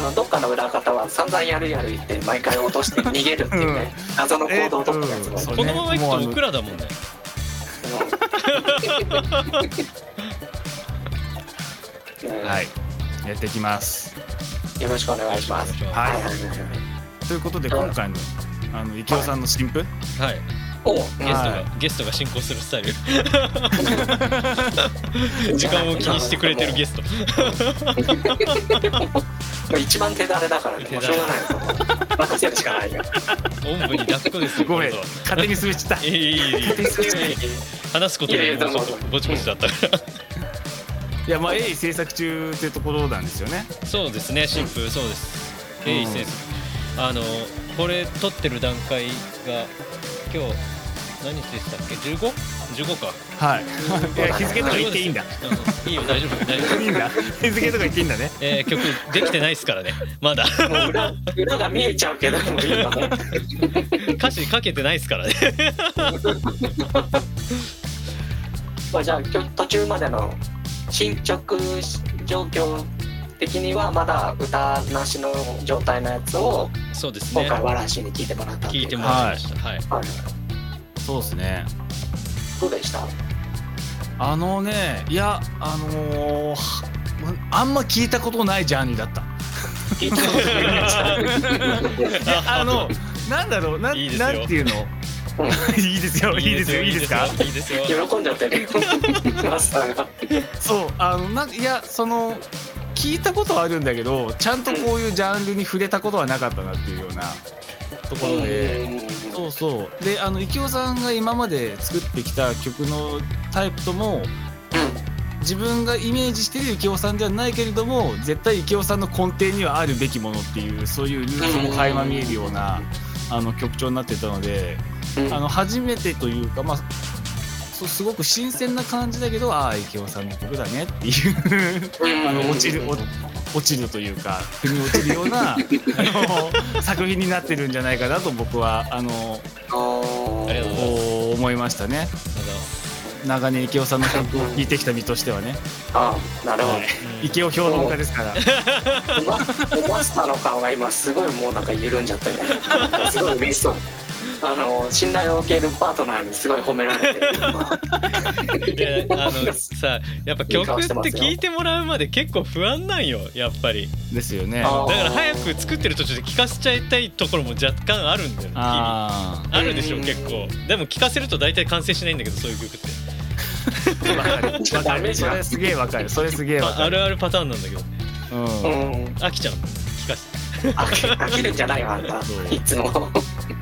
Speaker 3: あのどっかの裏方は散々やるやる言って毎回落として逃げるっていうね、謎の行動をとったやつもいる
Speaker 4: えー
Speaker 2: このまま行くとオクラだもんね
Speaker 3: うん
Speaker 4: はいやっていきます
Speaker 3: よろしくお願いします。
Speaker 4: はい
Speaker 3: はいはいはい
Speaker 4: ということで今回のあの池尾さんの新婦
Speaker 2: はい
Speaker 3: おう
Speaker 2: ゲスト
Speaker 4: は
Speaker 2: がゲストが進行するスタイル時間を気にしてくれてるゲスト
Speaker 3: もう一番手だれだからね、もうしょうがないよ。任せる しかないよ。
Speaker 2: おんぶに抱っこですよ
Speaker 4: ごめん
Speaker 2: 今度は
Speaker 4: 勝手に滑っちゃっ
Speaker 2: いいいいいい話すこと
Speaker 3: いやい
Speaker 2: で
Speaker 3: や
Speaker 2: もうちょっ
Speaker 3: どう
Speaker 2: と
Speaker 3: も
Speaker 2: ぼちぼちだったから
Speaker 4: たいやまあ鋭意制作中ってところなんですよね
Speaker 2: そうですね、新婦、そうです。
Speaker 4: うん
Speaker 2: えい先生、あの、これ撮ってる段階が、今日。何日でしたっけ、15? 15か。
Speaker 4: はいいや日付とか言っていいんだ
Speaker 2: うんいいよ、大丈夫、大丈
Speaker 4: い
Speaker 2: 夫。
Speaker 4: いん だ日付とか言っていいんだね
Speaker 2: えー曲できてないですからね、まだ
Speaker 3: もう裏裏が見えちゃうけど、もういいわね。
Speaker 2: 歌詞かけてないですからね。
Speaker 3: まあ、じゃあ、今日途中までの進捗状況的には、まだ歌なしの状態のやつを、
Speaker 2: そうです
Speaker 3: 今
Speaker 2: ね。
Speaker 3: 回、わらしに聞いてもらったって
Speaker 2: 聞
Speaker 3: いう
Speaker 2: いても
Speaker 3: は
Speaker 2: らいました。はい。
Speaker 3: い
Speaker 4: そうですね
Speaker 3: どうでした
Speaker 4: あのねいやあのーはあんま聞いたことないジャンルだった
Speaker 3: 聞いてもらいました。
Speaker 4: いやあのなんだろうなん
Speaker 2: いいですよ
Speaker 4: なんて いうの
Speaker 3: うん
Speaker 4: いいですよいいですよいいですか
Speaker 2: いいですよ。
Speaker 3: 喜んじゃって る。マスターが。
Speaker 4: そうあのなんいやその聞いたことはあるんだけどちゃんとこういうジャンルに触れたことはなかったなっていうようなところで。そうそうであの池尾さんが今まで作ってきた曲のタイプとも自分がイメージしてる池尾さんではないけれども絶対池尾さんの根底にはあるべきものっていうそういうルーツも垣間見えるようなあの曲調になってたので
Speaker 3: うん
Speaker 4: あの初めてというかまあそうすごく新鮮な感じだけどああ池尾さんの曲だねっていうあの落ちる落落ちるというか腑に落ちるよう なあの作品になってるんじゃないかなと僕はあの
Speaker 2: ありがとうございます。
Speaker 4: こう思いましたね長年池尾さんの曲を聴いてきた身としてはね
Speaker 3: あなるほ
Speaker 4: 池尾評論家ですから
Speaker 3: どママスターの顔が今すごいもうなんか緩んじゃったねすごい嬉しそうあの信頼を受けるパートナーにすごい褒められてる
Speaker 2: いやあのさやっぱ曲って聞いてもらうまで結構不安なんよやっぱり
Speaker 4: ですよね
Speaker 3: あ
Speaker 2: だから早く作ってる途中で聞かせちゃいたいところも若干あるんだよね日々
Speaker 4: あ
Speaker 2: あるでしょ
Speaker 3: うん
Speaker 2: 結構でも聞かせると大体完成しないんだけどそういう曲って
Speaker 4: あわかるわかるそれすげえわかるそれすげえわ
Speaker 2: あ
Speaker 4: か
Speaker 2: あ
Speaker 4: る
Speaker 2: るあるパターンなんだけど
Speaker 4: うん
Speaker 3: う
Speaker 4: そ
Speaker 3: ん
Speaker 2: 飽きちゃう聞かせ
Speaker 3: 飽きるんじゃないわあんたいつも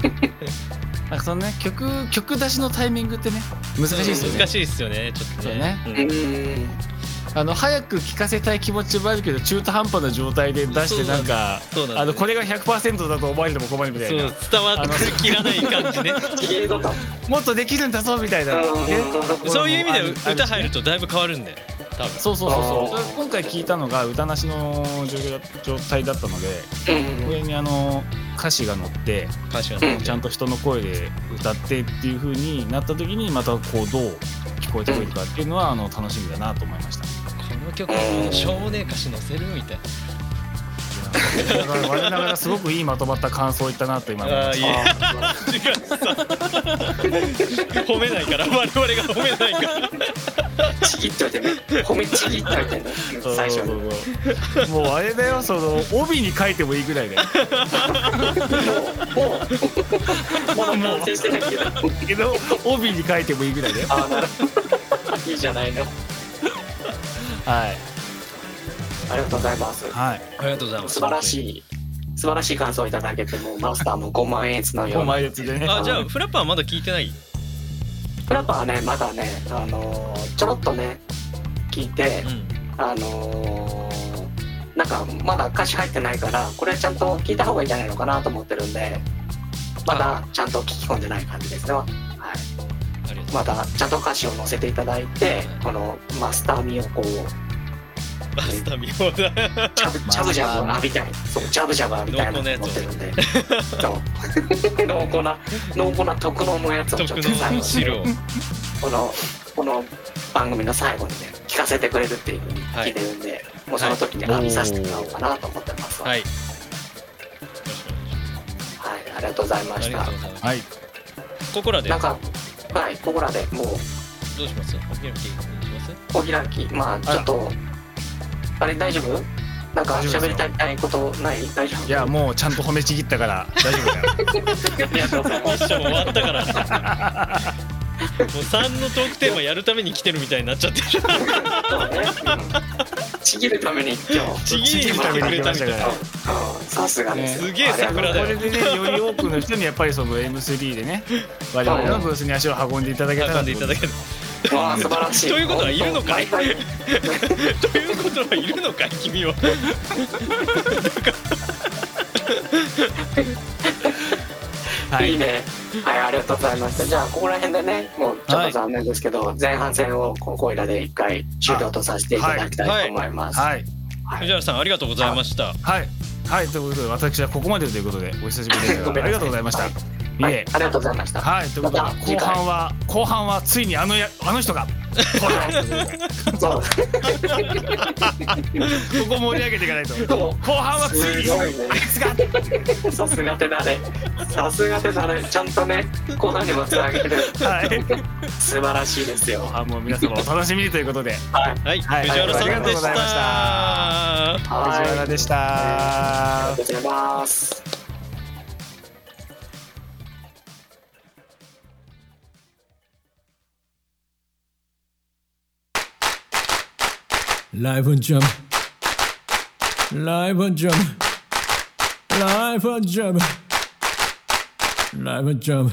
Speaker 4: うなんかそのね曲曲出しのタイミングってね難しいですよね
Speaker 2: 難しいっすよねちょっと
Speaker 4: そう
Speaker 2: ね
Speaker 4: ね
Speaker 2: うん
Speaker 3: うん
Speaker 4: あの早く聴かせたい気持ちもあるけど中途半端な状態で出してなんか
Speaker 2: そうなんだ
Speaker 4: あのこれが100%だと思われても困るみたい
Speaker 2: そ
Speaker 4: な
Speaker 2: う伝わってきらない感じね
Speaker 3: 消えること
Speaker 4: もっとできるんだぞみたいな、ね
Speaker 3: う ん
Speaker 2: そういう意味では歌入
Speaker 4: る
Speaker 2: るとだいぶ変わるんだよ多分
Speaker 4: そうそうそうそう
Speaker 3: あー
Speaker 4: それ今回聞いたのが歌なしの状況だ状態だったので
Speaker 3: うん
Speaker 4: 上にあの歌詞が載って
Speaker 2: 歌詞が
Speaker 3: うん
Speaker 4: ちゃんと人の声で歌ってっていう風になった時にまたこうどう聞こえてくるかっていうのはあの楽しみだなと思いました。
Speaker 2: この曲の少年歌詞載せるみたい
Speaker 4: だから我ながらすごくいいまとまった感想を言ったなと今思 い
Speaker 2: な。あ
Speaker 4: ま
Speaker 2: あい
Speaker 4: し
Speaker 2: い
Speaker 4: た。
Speaker 2: 違うさ 褒めないから我々が褒めないから
Speaker 3: ちぎっといてね褒めちぎっといてね
Speaker 4: そう
Speaker 3: 最初に
Speaker 4: そ
Speaker 3: もう
Speaker 4: うそうもうあれだよその帯に書いてもいいぐら いで
Speaker 3: もうまだ完成してないけど
Speaker 4: けど帯に書いてもいいぐらいで
Speaker 3: あなるほどいいじゃないの
Speaker 4: はい
Speaker 3: ありがとうございます
Speaker 4: はい
Speaker 2: ありがとうございます
Speaker 3: 素晴らしい素晴らしい感想をいただけてもうマスターも5万円つのよ
Speaker 4: お
Speaker 3: うな
Speaker 4: 前やつでね
Speaker 2: あじゃあフラッパーはまだ聞いてない
Speaker 3: プラパはねまだねあのーちょろっとね聞いて
Speaker 2: うん
Speaker 3: あのーなんかまだ歌詞入ってないからこれちゃんと聞いた方がいいんじゃないのかなと思ってるんでまだちゃんと聞き込んでない感じですね、はい、
Speaker 2: ありがとう
Speaker 3: まだちゃんと歌詞を載せていただいてこのマスターミをこう
Speaker 2: バスタミオだ
Speaker 3: ジャブジャブジャブを浴びたいそうジャブジャブ浴びたいなと思ってるんでそう濃厚な濃厚な特濃のやつをちょっ
Speaker 2: 特
Speaker 3: と最
Speaker 2: の
Speaker 3: 後に
Speaker 2: 汁を
Speaker 3: このこの番組の最後にね聞かせてくれるっていうふうに聞いてるんで、もうその時に浴びさせてもらおうかなと思ってます、
Speaker 2: はい
Speaker 3: はい、ありがとうございま
Speaker 2: あ
Speaker 3: し
Speaker 2: り
Speaker 3: た
Speaker 2: がとう。ございます
Speaker 4: はい
Speaker 2: ここらで
Speaker 3: なんか、はい、ここらでもう
Speaker 2: どうしますお開きにします
Speaker 3: お開き、まあ、ちょっと。あれ、大丈夫。なんか、
Speaker 4: 大丈夫です
Speaker 3: 喋
Speaker 4: よ
Speaker 3: りたいことない、大丈夫。
Speaker 4: いやもうちゃんと褒めちぎったから大丈夫だよ
Speaker 3: ありがとうござい
Speaker 2: ミ
Speaker 3: ま
Speaker 2: ッ
Speaker 3: す。
Speaker 2: ション終わったからもう3のトークテーマやるために来てるみたいになっちゃってる
Speaker 3: そうねうんちぎるために、今日。
Speaker 2: ちぎりに来てくれたみたいな
Speaker 3: うんさすがです。
Speaker 2: ねすげえ桜だ
Speaker 4: こ
Speaker 2: よ
Speaker 4: れでねより多くの人にやっぱりその M3 でね我々のブースに足を運んでいただけたら
Speaker 2: 運んでいただける
Speaker 3: わあ、素晴らしい。
Speaker 2: ということはいるのかい
Speaker 3: 本当毎回
Speaker 2: ということはいるのかい君は
Speaker 4: はい
Speaker 3: い、いね。はい、ありがとうございました。じゃあ、ここら辺でね、もうちょっと残念ですけど、前半戦をここいらで一回終了とさせていただきたいと思います。
Speaker 4: はい
Speaker 2: 藤原さんありがとうございました
Speaker 4: はいはいということで私はここまでということでお久しぶりで
Speaker 3: ごめんなさい
Speaker 4: ありがとうございました、
Speaker 3: はいい
Speaker 4: え
Speaker 3: ありがとうございました。
Speaker 4: はいということで
Speaker 3: また次
Speaker 4: 後
Speaker 3: 回
Speaker 4: 半は後半はついにあのやあの人が登場ということで
Speaker 3: そう。
Speaker 4: ここ盛り上げていかない と
Speaker 3: どう
Speaker 4: 後半はついに
Speaker 3: すごいね
Speaker 4: あいつが
Speaker 3: さすが手だね。さすが手だね。ちゃんとね、後半にもつなげる。
Speaker 4: はい
Speaker 3: 素晴らしいですよ。
Speaker 4: あもう皆様お楽しみにということで
Speaker 3: はい。
Speaker 2: はい、
Speaker 4: はい
Speaker 2: 藤原さんで
Speaker 4: ありがとうございました
Speaker 2: した
Speaker 4: 藤
Speaker 3: はい。
Speaker 4: 原でした
Speaker 3: ありがとうございます。
Speaker 1: Live and jump. Live and jump. Live and jump. Live and jump.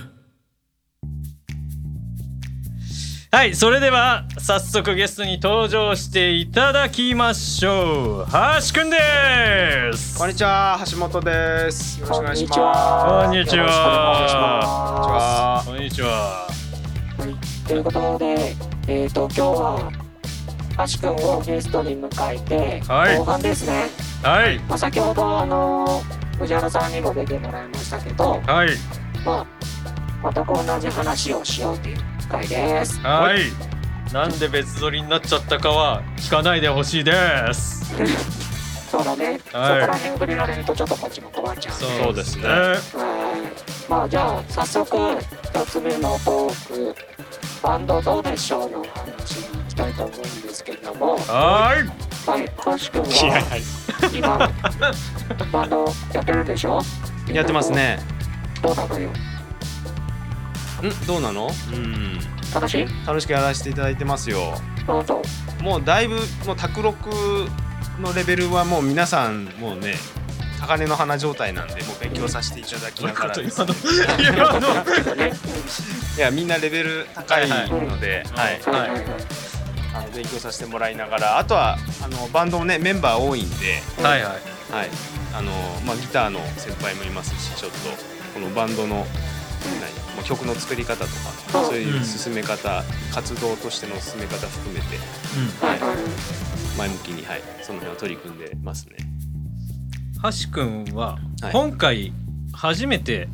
Speaker 2: はい、それでは早速ゲストに登場していただきましょう。はしくんです。
Speaker 5: こんにちは、橋本です。よろしくお願いします。
Speaker 2: こんにちは。
Speaker 5: こんにちは。
Speaker 2: こんにちは。
Speaker 3: はいということで、えっ、と、今日は。アシ君をゲストに迎えて、
Speaker 2: はい
Speaker 3: 後半ですね。
Speaker 2: はい、
Speaker 3: まあ、先ほど、あの藤原さんにも出てもらいましたけど、
Speaker 2: はい、
Speaker 3: まあ、全く同じ話をしようという回です。
Speaker 2: はい。なんで別撮りになっちゃったかは聞かないでほしいです。
Speaker 3: そうだね、
Speaker 2: はい
Speaker 3: そこら辺触れられるとちょっとこっちも困っちゃうんで
Speaker 2: そうですね。
Speaker 3: はいまあじゃあ早速2つ目のトークバンドどうでしょうの話に行きたいと思うんですけれども
Speaker 2: はい、
Speaker 3: はい星君は今バンドやってるでしょ
Speaker 5: やってますね。
Speaker 3: どうなのよ
Speaker 5: ん、どうなの？うん、
Speaker 3: 楽しい
Speaker 5: 楽しくやらせていただいてますよ。
Speaker 3: どうぞ
Speaker 5: もうだいぶもう卓六のレベルはもう皆さんもうね。高嶺の花状態なんでもう勉強させていただきながらです ね
Speaker 2: 今の
Speaker 3: ね
Speaker 5: いやみんなレベル高いので、はい
Speaker 3: はいはいはい
Speaker 5: あの勉強させてもらいながらあとはあのバンドもねメンバー多いんで、
Speaker 2: はいはい。
Speaker 5: はいあのまあ、ギターの先輩もいますしちょっとこのバンドのないもう曲の作り方とかそういう進め方、活動としての進め方含めて、はい、前向きに、はい、その辺は取り組んでますね。
Speaker 6: 橋くんは
Speaker 5: はい
Speaker 6: 今回初めて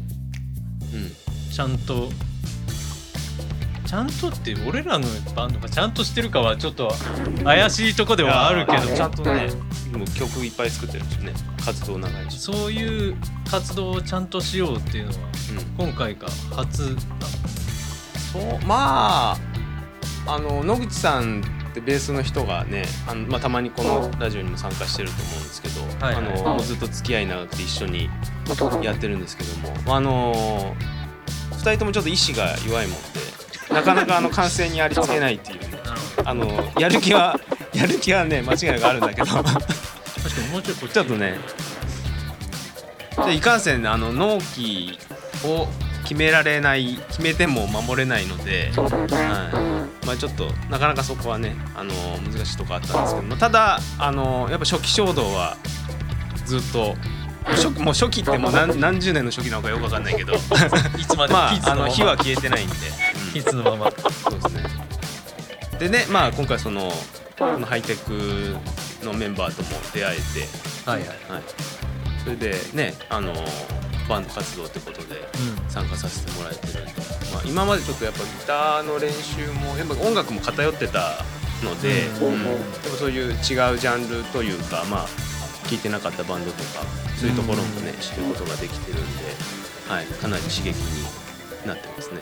Speaker 5: うん
Speaker 6: ちゃんとちゃんとって俺らのバンドがちゃんとしてるかはちょっと怪しいとこではあるけ
Speaker 5: いやー
Speaker 6: ど
Speaker 5: ちゃんとねもう曲いっぱい作ってるんですよね活動長いし、
Speaker 6: そういう活動をちゃんとしようっていうのは
Speaker 5: うん
Speaker 6: 今回が初
Speaker 5: そうまああの野口さんってベースの人がねあの、まあ、たまにこのラジオにも参加してると思うんですけど、
Speaker 6: はい
Speaker 5: あ
Speaker 6: はい
Speaker 5: のもうずっと付き合い長くて一緒に
Speaker 3: うん
Speaker 5: やってるんですけども、あの2人ともちょっと意志が弱いもんでなかなかあの完成にありつけないっていうね
Speaker 6: なの
Speaker 5: あのやる気はやる気はね間違いなくあるんだけど
Speaker 6: 確かにもうちょいこっち
Speaker 5: ちょっとねでいかんせんねあの納期を決められない決めても守れないので、
Speaker 3: そうだよね。
Speaker 5: はいまあ、ちょっとなかなかそこはねあの難しいとこあったんですけどもただあのやっぱ初期衝動はずっと。初期もう初期ってもう何何十年の初期なのかよくわかんないけど
Speaker 6: いつまでも
Speaker 5: まあ
Speaker 6: キッズのま
Speaker 5: あの
Speaker 6: ま
Speaker 5: 火は消えてないんで、
Speaker 6: キッズのまま
Speaker 5: うんそうですねでねまあ今回そのこのハイテクのメンバーとも出会えて、
Speaker 6: はいはい
Speaker 5: はい、それでねあのバンド活動ってことで参加させてもらえてるんで、まあ、今までちょっとやっぱギターの練習もやっぱ音楽も偏ってたので、
Speaker 6: うん
Speaker 5: うんやっぱそういう違うジャンルというかまあ聞いてなかったバンドとかそういうところもね、知ることができてるんで、はい、かなり刺激になってますね。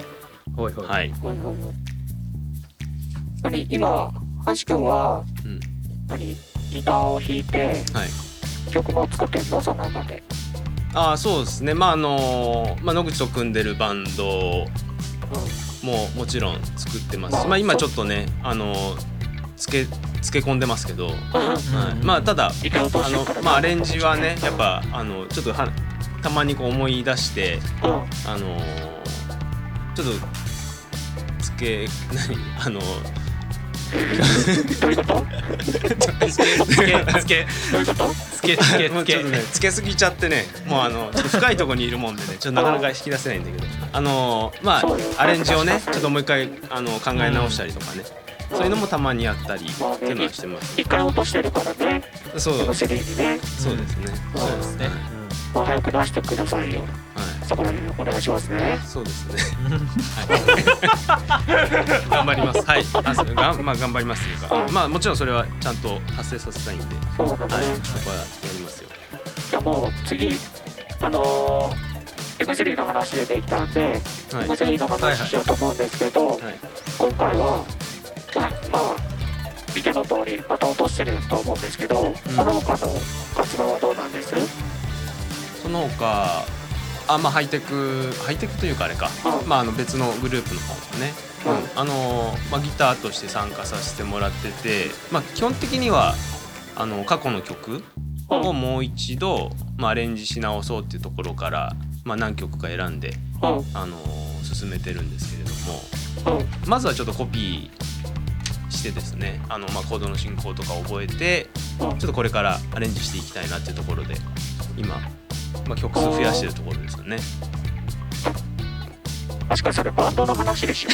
Speaker 6: ほいほい
Speaker 5: はい、
Speaker 3: うんうんうん何今、橋君は、
Speaker 5: うん
Speaker 3: 何ギターを弾いて、
Speaker 5: はい
Speaker 3: 曲も作ってんのその中で。
Speaker 5: あーそうですねまああのーまあ、野口と組んでるバンドももちろん作ってますし、まあ、今ちょっとね、あのーつけつけ込んでますけど、はいまあ、ただ
Speaker 3: ギターを通
Speaker 5: あ
Speaker 3: し
Speaker 5: の
Speaker 3: て、から
Speaker 5: まあ、アレンジはねやっぱあのちょっとはたまにこう思い出して、
Speaker 3: うん
Speaker 5: あのーちょっとつけ何 あのー
Speaker 3: どういうことど
Speaker 5: つけつけつけ
Speaker 3: ういうこと
Speaker 6: つけつけ
Speaker 5: も
Speaker 6: つ
Speaker 5: うち
Speaker 6: け
Speaker 5: ょっとねつけすぎちゃってねもうあのちょっと深いところにいるもんでねちょっとなかなか引き出せないんだけどあのーまあ
Speaker 3: そうよ
Speaker 5: アレンジをねちょっともう一回あの考え直したりとかね、そういうのもたまにやったりっていうのはしてます
Speaker 3: 一回落としてるからね、
Speaker 5: そう
Speaker 3: このセリにね、
Speaker 5: そうですね、そうですね、
Speaker 3: もう早く出してくださいよ。
Speaker 5: は
Speaker 3: そこら辺お願いしますね。
Speaker 5: いそうです ねはい頑張りますはいあそうがんまあ頑張りますというかまあもちろんそれはちゃんと達成させたいんではい
Speaker 3: そうだね。
Speaker 5: そこはやりますよ
Speaker 3: じゃあもう次、あのー、エクセリの話でできたんで、
Speaker 5: はい
Speaker 3: エクセリの話しようと思うんですけど、
Speaker 5: はい
Speaker 3: 今回は、まあ、見ての通り、また落としてると思うんですけど、その他の活動はどうなんです
Speaker 5: その他あまあハイテクハイテクというかあれか、
Speaker 3: うん
Speaker 5: まあ、あの別のグループの方ですね、
Speaker 3: うん
Speaker 5: あのまあ、ギターとして参加させてもらってて、まあ、基本的にはあの過去の曲をもう一度、まあ、アレンジし直そうっていうところから、まあ、何曲か選んで、
Speaker 3: うん、
Speaker 5: あの進めてるんですけれども
Speaker 3: うん、
Speaker 5: まずはちょっとコピーしてですねあの、まあ、コードの進行とか覚えてちょっとこれからアレンジしていきたいなっていうところで今、まあ、曲数増やしてるところですよね。
Speaker 3: 確かにそれバンドの話でしょ。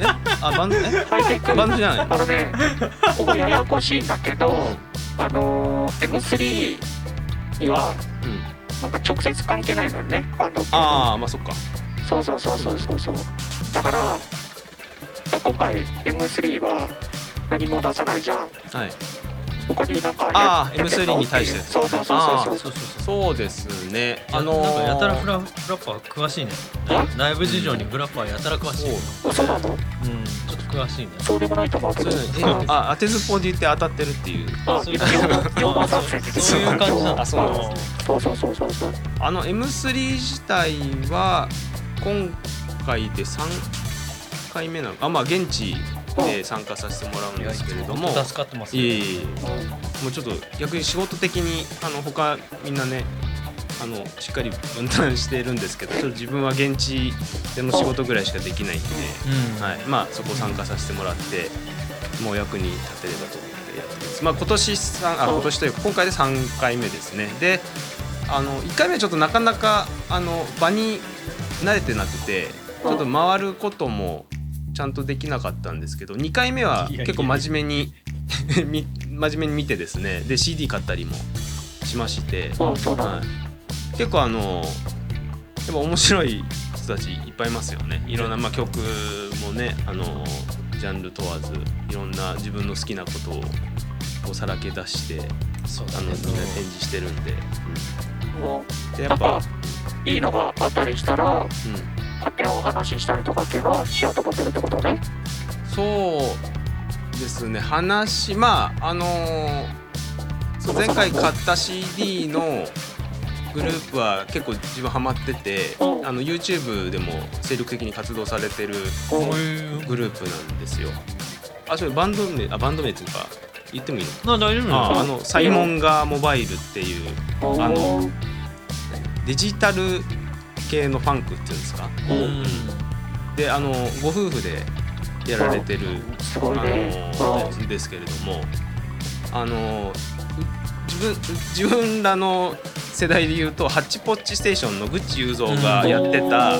Speaker 5: えあバンドね
Speaker 3: ハイテク
Speaker 5: バンドじゃない
Speaker 3: あのね、ここややこしいんだけど、あのー、M3 には、
Speaker 5: うん、
Speaker 3: なんか直接関係ないのよね、バンドって
Speaker 5: ああまあそっか。
Speaker 3: そうそうそうそうそうそう。だから、今回 M3 は何も出さないじゃん。
Speaker 5: はい、
Speaker 3: 他になんか
Speaker 5: ああ
Speaker 3: やってんの
Speaker 5: M3 に対して
Speaker 3: そうそうそう
Speaker 5: あ
Speaker 3: そう
Speaker 5: ー
Speaker 3: そう。
Speaker 5: そうですねあ
Speaker 6: あ
Speaker 5: の
Speaker 6: の
Speaker 5: ー
Speaker 6: なんかやたらフラフラッパー詳しいね
Speaker 3: え
Speaker 6: ライブ事情にフラッパーやたら詳しい、うん、ち
Speaker 3: 嘘
Speaker 6: ょ
Speaker 3: なの
Speaker 6: っと詳しいね
Speaker 3: そうでもないと思うけ
Speaker 5: そ
Speaker 3: ど。
Speaker 5: うですねえあ当てずっぽうで言って当たってるっていう
Speaker 3: あ
Speaker 6: そういう
Speaker 3: 今両方両方
Speaker 6: あ
Speaker 3: 作戦で
Speaker 6: そうそういう感じなの
Speaker 5: あそうなんですね
Speaker 3: そうそうそうそうそう。
Speaker 5: あの M3 自体は今回で3回目なのかあまあ現地で参加させてもらうん
Speaker 6: いや
Speaker 5: で
Speaker 6: い
Speaker 5: すけれ
Speaker 6: つ
Speaker 5: ど
Speaker 6: も
Speaker 5: も
Speaker 6: 本当助かってます
Speaker 5: いえいえいえ
Speaker 3: うん
Speaker 5: もうちょっと逆に仕事的にあの他みんなねあのしっかり分担してるんです けどちょっと自分は現地での仕事ぐらいしかできないんで、
Speaker 6: うん
Speaker 5: はい、まあそこ参加させてもらってもう役に立てればと思ってやってます、まあ、今年さんあ今年というか今回で3回目ですねであの1回目はちょっとなかなかあの場に慣れてなくてちょっと回ることもちゃんとできなかったんですけど2回目は結構真面目に み真面目に見てですねで CD 買ったりもしまして、
Speaker 3: そうそうだ
Speaker 5: はい、結構あのやっぱ面白い人たちいっぱいいますよねいろんな、まあ、曲もねあのジャンル問わずいろんな自分の好きなことをこうさらけ出して
Speaker 6: そう
Speaker 5: あ
Speaker 6: だ
Speaker 5: の
Speaker 6: ね
Speaker 5: みんな展示してるんで,、
Speaker 3: も
Speaker 5: うん、
Speaker 3: う
Speaker 5: でや
Speaker 3: な
Speaker 5: っ
Speaker 3: ん
Speaker 5: ぱ
Speaker 3: か、いいのがあったりしたら
Speaker 5: うん、
Speaker 3: 勝手にお話ししたりとかっていうのはしようと思ってるってことね
Speaker 5: そうですね話まああのそう前回買った CD のグループは結構自分ハマっててあの YouTube でも精力的に活動されてるグループなんですよ。あ、それバンド名、あ、バンド名っていうか、言ってもいいの。
Speaker 6: な大丈夫
Speaker 5: あ、
Speaker 6: な
Speaker 5: あのサイモンガーモバイルっていうあのデジタル系のファンクっていうんですか。
Speaker 6: の
Speaker 3: うん
Speaker 5: で、あのご夫婦でやられてる
Speaker 3: す
Speaker 5: あ
Speaker 3: ごいね
Speaker 5: のですけれども、あの自分自分らの世代で言うとハッチポッチステーションのグッチ雄三がやってた。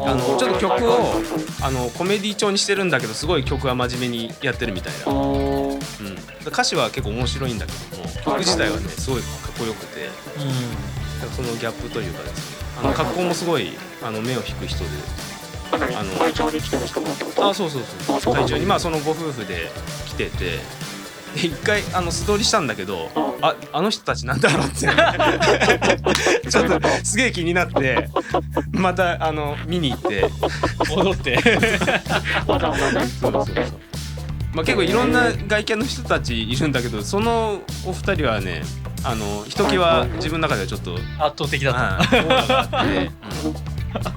Speaker 5: あのちょっと曲をあのコメディ調にしてるんだけどすごい曲は真面目にやってるみたいな、うん、歌詞は結構面白いんだけども曲自体はねすごいかっこよくてだからそのギャップというかですねあの格好もすごいあの目を引く人であの
Speaker 3: 会場に来てる人もってこと
Speaker 5: あそうそうそう
Speaker 3: あそうな
Speaker 5: 体
Speaker 3: の
Speaker 5: 調にまあそのご夫婦で来ててで一回あの素通りしたんだけどああの人たちなんだろう ってちょっとすげえ気になってまたあの見に行って
Speaker 6: 戻って
Speaker 3: わざわざね
Speaker 5: そう
Speaker 3: 戻
Speaker 5: そう
Speaker 3: っ
Speaker 5: そう
Speaker 3: て。
Speaker 5: まあ、結構いろんな外見の人たちいるんだけどそのお二人はねあのひときわ自分の中ではちょっと、はい
Speaker 6: 圧倒的だ
Speaker 5: オー
Speaker 6: った
Speaker 5: ラがあって、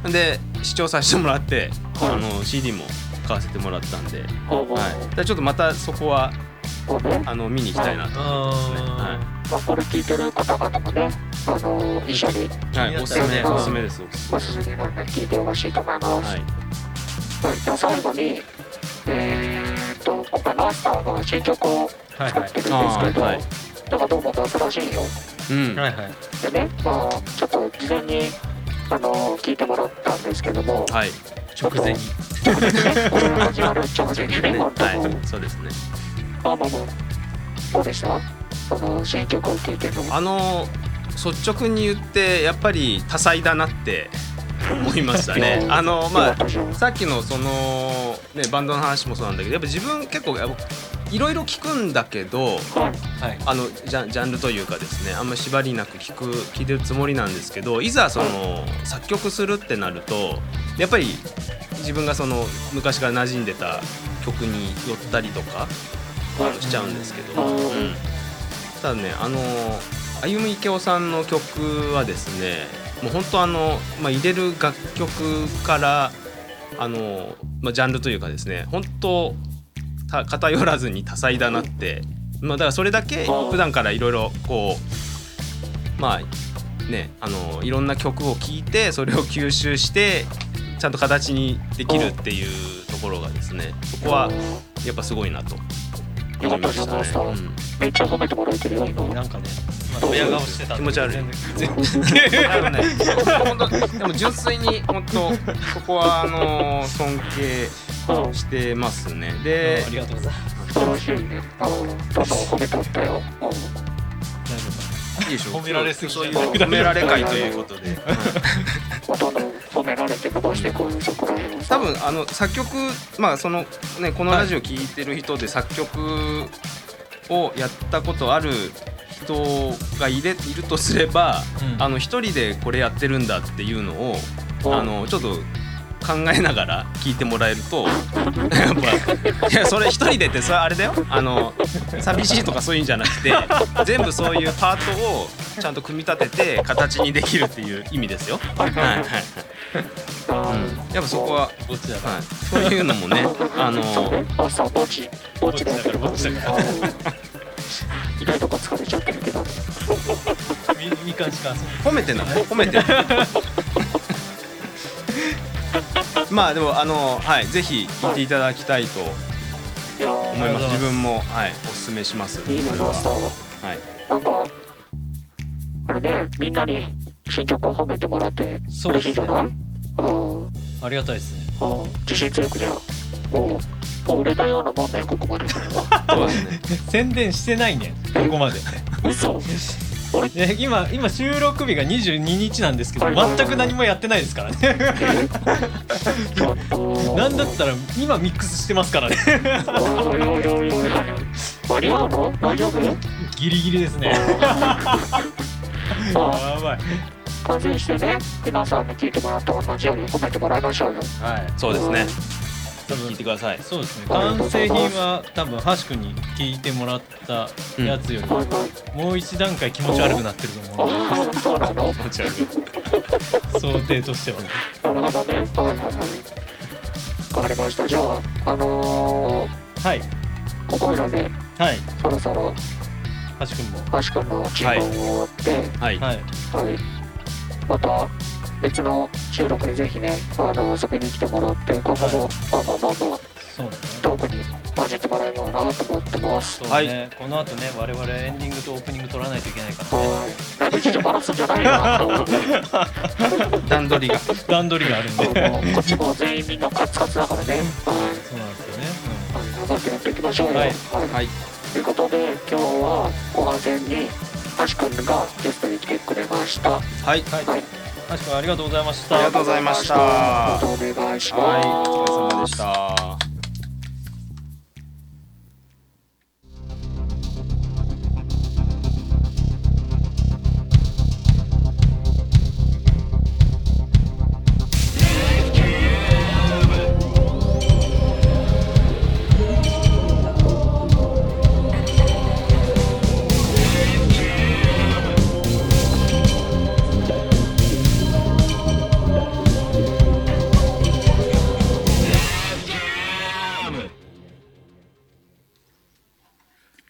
Speaker 5: うんで視聴させてもらってあの CD も買わせてもらったんで、はい、だからちょっとまたそこは
Speaker 3: そうね
Speaker 5: あの見に行きたいなと思いますね。
Speaker 3: まあ、これ聞いてる方々もね、あの一緒に
Speaker 5: はいはい、おすすめ
Speaker 3: うん
Speaker 5: おすすめですおすす
Speaker 3: おすすめなんで聞いてほしいと思います。
Speaker 5: めはい
Speaker 3: はい、じゃあ最後に、えー、っと、今回マスターが新曲を
Speaker 6: はい
Speaker 3: 作
Speaker 6: は
Speaker 3: っ
Speaker 6: い
Speaker 3: てるんですけど、
Speaker 5: あーはい
Speaker 3: なんかどうも新しいよ。
Speaker 5: うん
Speaker 6: はいはい
Speaker 3: でね、まあ、ちょっと事前に、あの聞いてもらったんですけども、
Speaker 5: はい
Speaker 3: 直前に。これが始まる直前にね、本当に。
Speaker 5: はいそうですね
Speaker 3: まあまあまあ、どうでしたその新曲を聴いてるのも。。
Speaker 5: あの率直に言ってやっぱり多彩だなって思いましたね あのま
Speaker 3: よかったじゃん
Speaker 5: あさっきのそのねバンドの話もそうなんだけどやっぱ自分結構やっぱいろいろ聞くんだけ
Speaker 3: はい、
Speaker 5: ど
Speaker 6: はい
Speaker 5: あのジャンジャンルというかですねあんまり縛りなく聞く聞いてるつもりなんですけどいざその作曲するってなるとやっぱり自分がその昔から馴染んでた曲に寄ったりとか
Speaker 3: はい
Speaker 5: しちゃうんですけど、
Speaker 3: うん
Speaker 5: うんただねあの歩夢池雄さんの曲はですねもう本当あの、まあ、入れる楽曲からあの、まあ、ジャンルというかですね本当た偏らずに多彩だなって、まあ、だからそれだけ
Speaker 3: うん
Speaker 5: 普段からいろいろこうまあねあのいろんな曲を聴いてそれを吸収してちゃんと形にできるっていうところがですねそこはやっぱすごいなと思いましたね。うん
Speaker 3: めっちゃ褒めてもらえてるよ、今。
Speaker 6: なんかねまあ親顔してたんで
Speaker 5: 気持ち悪い
Speaker 6: 全然
Speaker 5: あのね、本当でも純粋に本当そこはあの尊敬してますね。で
Speaker 6: あ、りがとうございま
Speaker 3: 素晴らしいね。あの、どんどん褒めてったよ。うん
Speaker 6: す
Speaker 5: いいでしょ
Speaker 6: 褒められすぎ
Speaker 5: そういう
Speaker 6: じゃなくな
Speaker 5: 褒
Speaker 6: る
Speaker 5: められ会ということで、
Speaker 3: まあどんどん褒められて伸ばしていこうよ、そこら辺をさ
Speaker 5: 多分あの作曲まあそのねこのラジオ聞いてる人で作曲をやったことある人がいれいるとすれば、
Speaker 2: うん
Speaker 5: あの一人でこれやってるんだっていうのを
Speaker 3: うん
Speaker 5: あのちょっと考えながら聞いてもらえる とやっぱいやそれ一人でってそれあれだよあの寂しいとかそういうんじゃなくて全部そういうパートをちゃんと組み立てて形にできるっていう意味ですよ。はいはいはいうん、やっぱそこは、
Speaker 6: どっちだか
Speaker 5: はい、そういうのも ねあの
Speaker 3: そうねあ、さ、墓地、墓地でやってるから。意外とこ疲れちゃってるけど。
Speaker 6: らみみかんしか遊んで
Speaker 5: 褒めてない褒めて ないまあでもあのはいぜひ聞いていただきたいと
Speaker 3: いや
Speaker 5: 思います
Speaker 6: はい
Speaker 5: 自分もはいおすすめします
Speaker 3: ー、いいね、
Speaker 5: これは
Speaker 3: マスターは。
Speaker 5: はい
Speaker 3: なんか、あれね、みんなに新曲を褒めてもらって
Speaker 6: そうです
Speaker 3: 嬉し
Speaker 6: ね
Speaker 3: いじゃないうん
Speaker 2: ありがたいですね
Speaker 3: うん自信強くじゃんもうもう売れたようなもんだよここまで来れば
Speaker 5: そうですね
Speaker 2: 宣伝してないねここま で
Speaker 3: 嘘
Speaker 2: え今今収録日が22日なんですけど全く何もやってないですからね
Speaker 3: ちょっと
Speaker 2: なんだったら今ミックスしてますからね
Speaker 3: おいおいおいおい間に合うの大丈夫
Speaker 2: ギリギリ ですね
Speaker 3: あ
Speaker 2: やばい
Speaker 3: 完成してね皆さんに聞いてもらった同じように褒めてもらいましょうよ
Speaker 2: はい
Speaker 5: そうですね
Speaker 2: 多分
Speaker 5: 聞いてください
Speaker 2: そうですね完成品は多分ハシ君に聞いてもらったやつより、
Speaker 3: はいはい
Speaker 2: もう一段階気持ち悪くなってると思
Speaker 3: ああそうなの
Speaker 5: 気持ち悪い
Speaker 2: う想定としてはね
Speaker 3: なるほどねはいはいはいわかりましたじゃああのー、
Speaker 2: はい
Speaker 3: ここらで
Speaker 2: はい
Speaker 3: そろそろ
Speaker 2: ハシ君も
Speaker 3: アシ君の注文を終って、
Speaker 5: はい
Speaker 2: はい
Speaker 3: はい、また別の収録にぜひねあの遊びに来てもらって今後もバンバンバンバン
Speaker 2: そうだね
Speaker 3: トークに混じってもらえればなと思ってます
Speaker 2: そうだね、この後ね我々エンディングとオープニング取らないといけないからね
Speaker 3: はいライブ事情バラすんじゃないよなと思って
Speaker 5: 段取りが
Speaker 2: 段取りがあるんでそう なんで
Speaker 3: もうこっちも全員みんなカツカツだからねはい
Speaker 2: すよね、
Speaker 3: はい頑張ってやっていきましょうよ、
Speaker 2: は
Speaker 3: はいい
Speaker 5: はい
Speaker 3: ということで今日は後半戦にアシ君がゲストに来てくれましたあ
Speaker 5: はい
Speaker 2: うん、はいハシ君ありがとうございまし
Speaker 5: あ
Speaker 2: た
Speaker 5: りがとうございました
Speaker 3: またお願いします、
Speaker 5: はいお疲れ様でした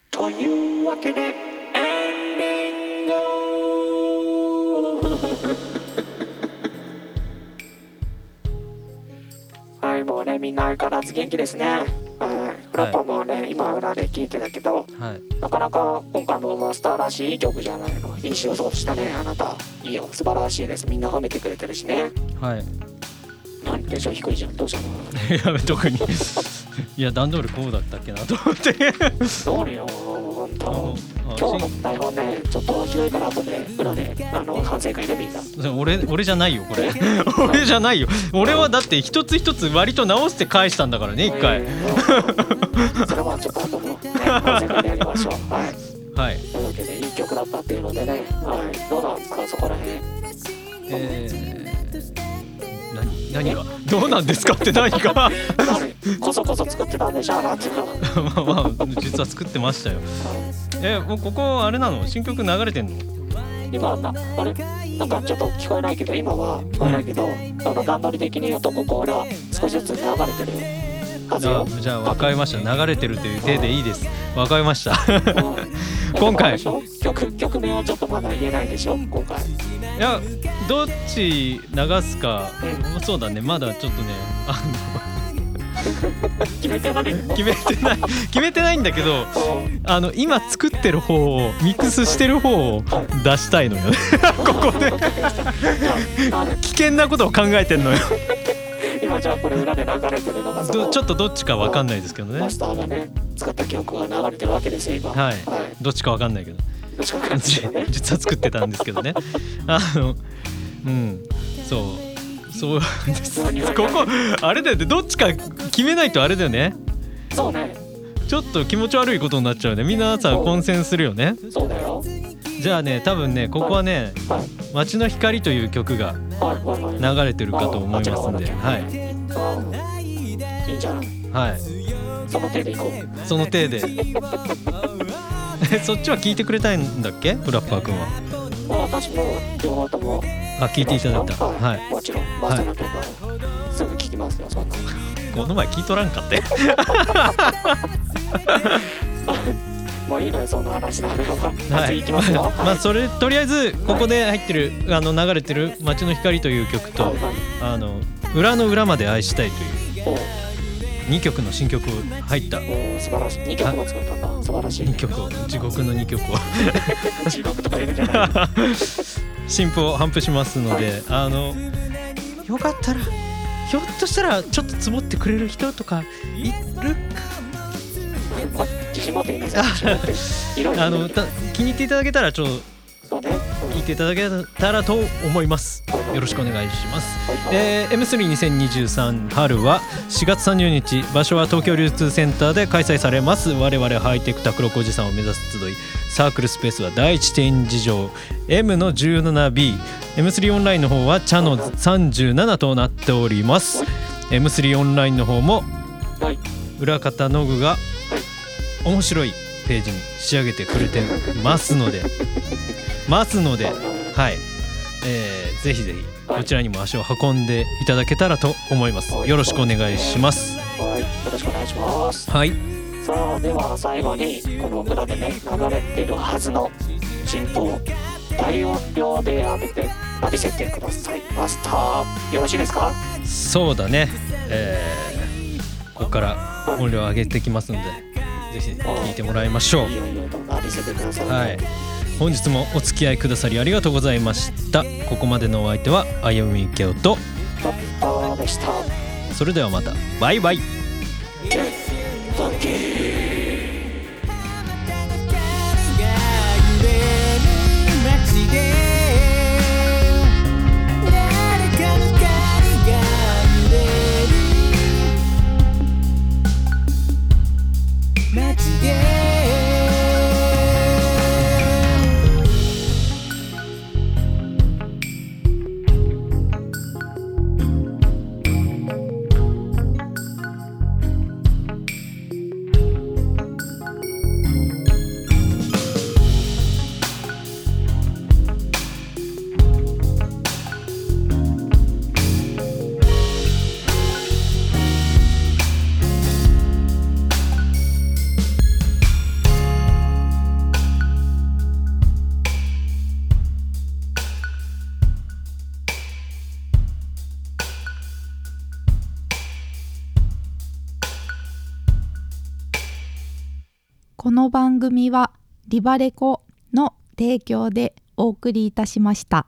Speaker 3: というわけでエンディング はいもうねみんな相変わらず元気ですねはいフラッパーもね、今裏で聞いてたけど
Speaker 2: はい
Speaker 3: なかなか今回もマスターらしいいい曲じゃないのいい仕事をしたねあなたいいよ素晴らしいですみんな褒めてくれてるしね
Speaker 2: はい
Speaker 3: なんテンション低いじゃんどうした
Speaker 2: や
Speaker 3: の
Speaker 2: べ特にいや段取りこうだったっけなと思って
Speaker 3: どうよほ
Speaker 2: あ
Speaker 3: ん
Speaker 2: の
Speaker 3: と
Speaker 2: あ
Speaker 3: 今日の台本ねちょっとひどいから後で裏であの反省会でみんな
Speaker 2: 俺俺じゃないよこれ 俺じゃないよ俺はだって一つ一つ割と直して返したんだからね一回
Speaker 3: それはちょっと後の、ね、完成でやりましょう。はい。
Speaker 2: はい
Speaker 3: というわけで、いい曲だったっていうのでね、はい。どうなんですか、そこら辺。
Speaker 2: えー、何何がどうなんですかって何がま
Speaker 3: こそこそ作ってたんでしょ、あなたは。
Speaker 2: あまあ実は作ってましたよえもうここあれなの新曲流れてんの
Speaker 3: 今な、あれなんかちょっと聞こえないけど、今は聞こえないけど、あの段取り的に言うと、ここ俺は少しずつ流れてるはず
Speaker 2: じゃ
Speaker 3: よ
Speaker 2: あ。じゃあ分かりました流れてるという手でいいです分かりました
Speaker 3: うん
Speaker 2: 今回
Speaker 3: 曲曲名はちょっとまだ言えないでしょ今回
Speaker 2: いやどっち流すかそうだねまだちょっとねあ
Speaker 3: 決めてない
Speaker 2: の決めてない 決めてないんだけどあの今作ってる方をミックスしてる方を出したいのよね ここで危険なことを考えてんのよ
Speaker 3: 今じゃあこれ裏で流れてるのがそ
Speaker 2: ど
Speaker 3: の
Speaker 2: ちょっとどっちかわかんないですけどね
Speaker 3: マスターがね使った曲が流れてるわけですよ今
Speaker 2: はい
Speaker 3: はい
Speaker 2: どっちかわかんないけど
Speaker 3: どっちかわかんないけどね
Speaker 2: 実は作ってたんですけどね あのうんそうそうなんですここあれだよねどっちか決めないとあれだよね
Speaker 3: そうね
Speaker 2: ちょっと気持ち悪いことになっちゃうねみんなさ混戦するよね
Speaker 3: そうだよ
Speaker 2: じゃあね多分ねここはね
Speaker 3: はい
Speaker 2: 「街の光」という曲が
Speaker 3: はいはいはい
Speaker 2: 流れてるかと思いますんではい
Speaker 3: いいいじゃん
Speaker 2: はい
Speaker 3: その手でいこ
Speaker 2: その体で えそっちは聞いてくれたいんだっけフラッパーくんは
Speaker 3: う私も両方とも
Speaker 2: あ聞いていただいたは
Speaker 3: はいいもちろんマスターの曲はすぐ聞きますよそんな
Speaker 2: この前聞いとらんかって
Speaker 3: もういいのよそんな話なのは
Speaker 2: は
Speaker 3: 次
Speaker 2: い
Speaker 3: 行きますよ
Speaker 2: まあそれとりあえずここで入ってるあの流れてる「街の光」という曲と「あの裏の裏まで愛したい」という
Speaker 3: おう
Speaker 2: 2曲の新曲入った
Speaker 3: おう素晴らしい2曲も作ったんだ素晴らしい
Speaker 2: 2曲を地獄の2曲を
Speaker 3: 中国とかいるじゃない
Speaker 2: 新譜を頒布しますのであのよかったらひょっとしたらちょっと積もってくれる人とかいる
Speaker 3: こっちもって言いなさい。いろいろ。
Speaker 2: あのた気に入っていただけたらちょっと
Speaker 3: そうね。うん
Speaker 2: 聞いていただけたらと思いますよろしくお願いしますえー M32023 春は4月30日場所は東京流通センターで開催されます我々ハイテクタクロコおじさんを目指す集いサークルスペースは第一展示場 M の 17BM3 オンラインの方は茶の37となっております M3 オンラインの方も
Speaker 3: はい。
Speaker 2: 裏方の具が面白いページに仕上げてくれてますのでますのではい、えーぜひぜひこちらにも足を運んでいただけたらと思いますよろしくお願いします
Speaker 3: はい。よろしくお願いします。
Speaker 2: はい
Speaker 3: さあ、では最後に、この村でね、流れてるはずの新譜を大音量で浴びて、浴びせてくださいました。よろしいですか
Speaker 2: そうだねえーここから音量上げてきますのでぜひ聞いてもらいましょう
Speaker 3: いよいよと浴びせてください。
Speaker 2: はい。本日もお付き合いくださりありがとうございましたここまでのお相手はあゆみけおと
Speaker 3: どうでした
Speaker 2: それではまたバイバイ
Speaker 3: ファンキー
Speaker 7: が揺れる街で誰かの光が揺れる街で
Speaker 8: この番組はリバレコの提供でお送りいたしました。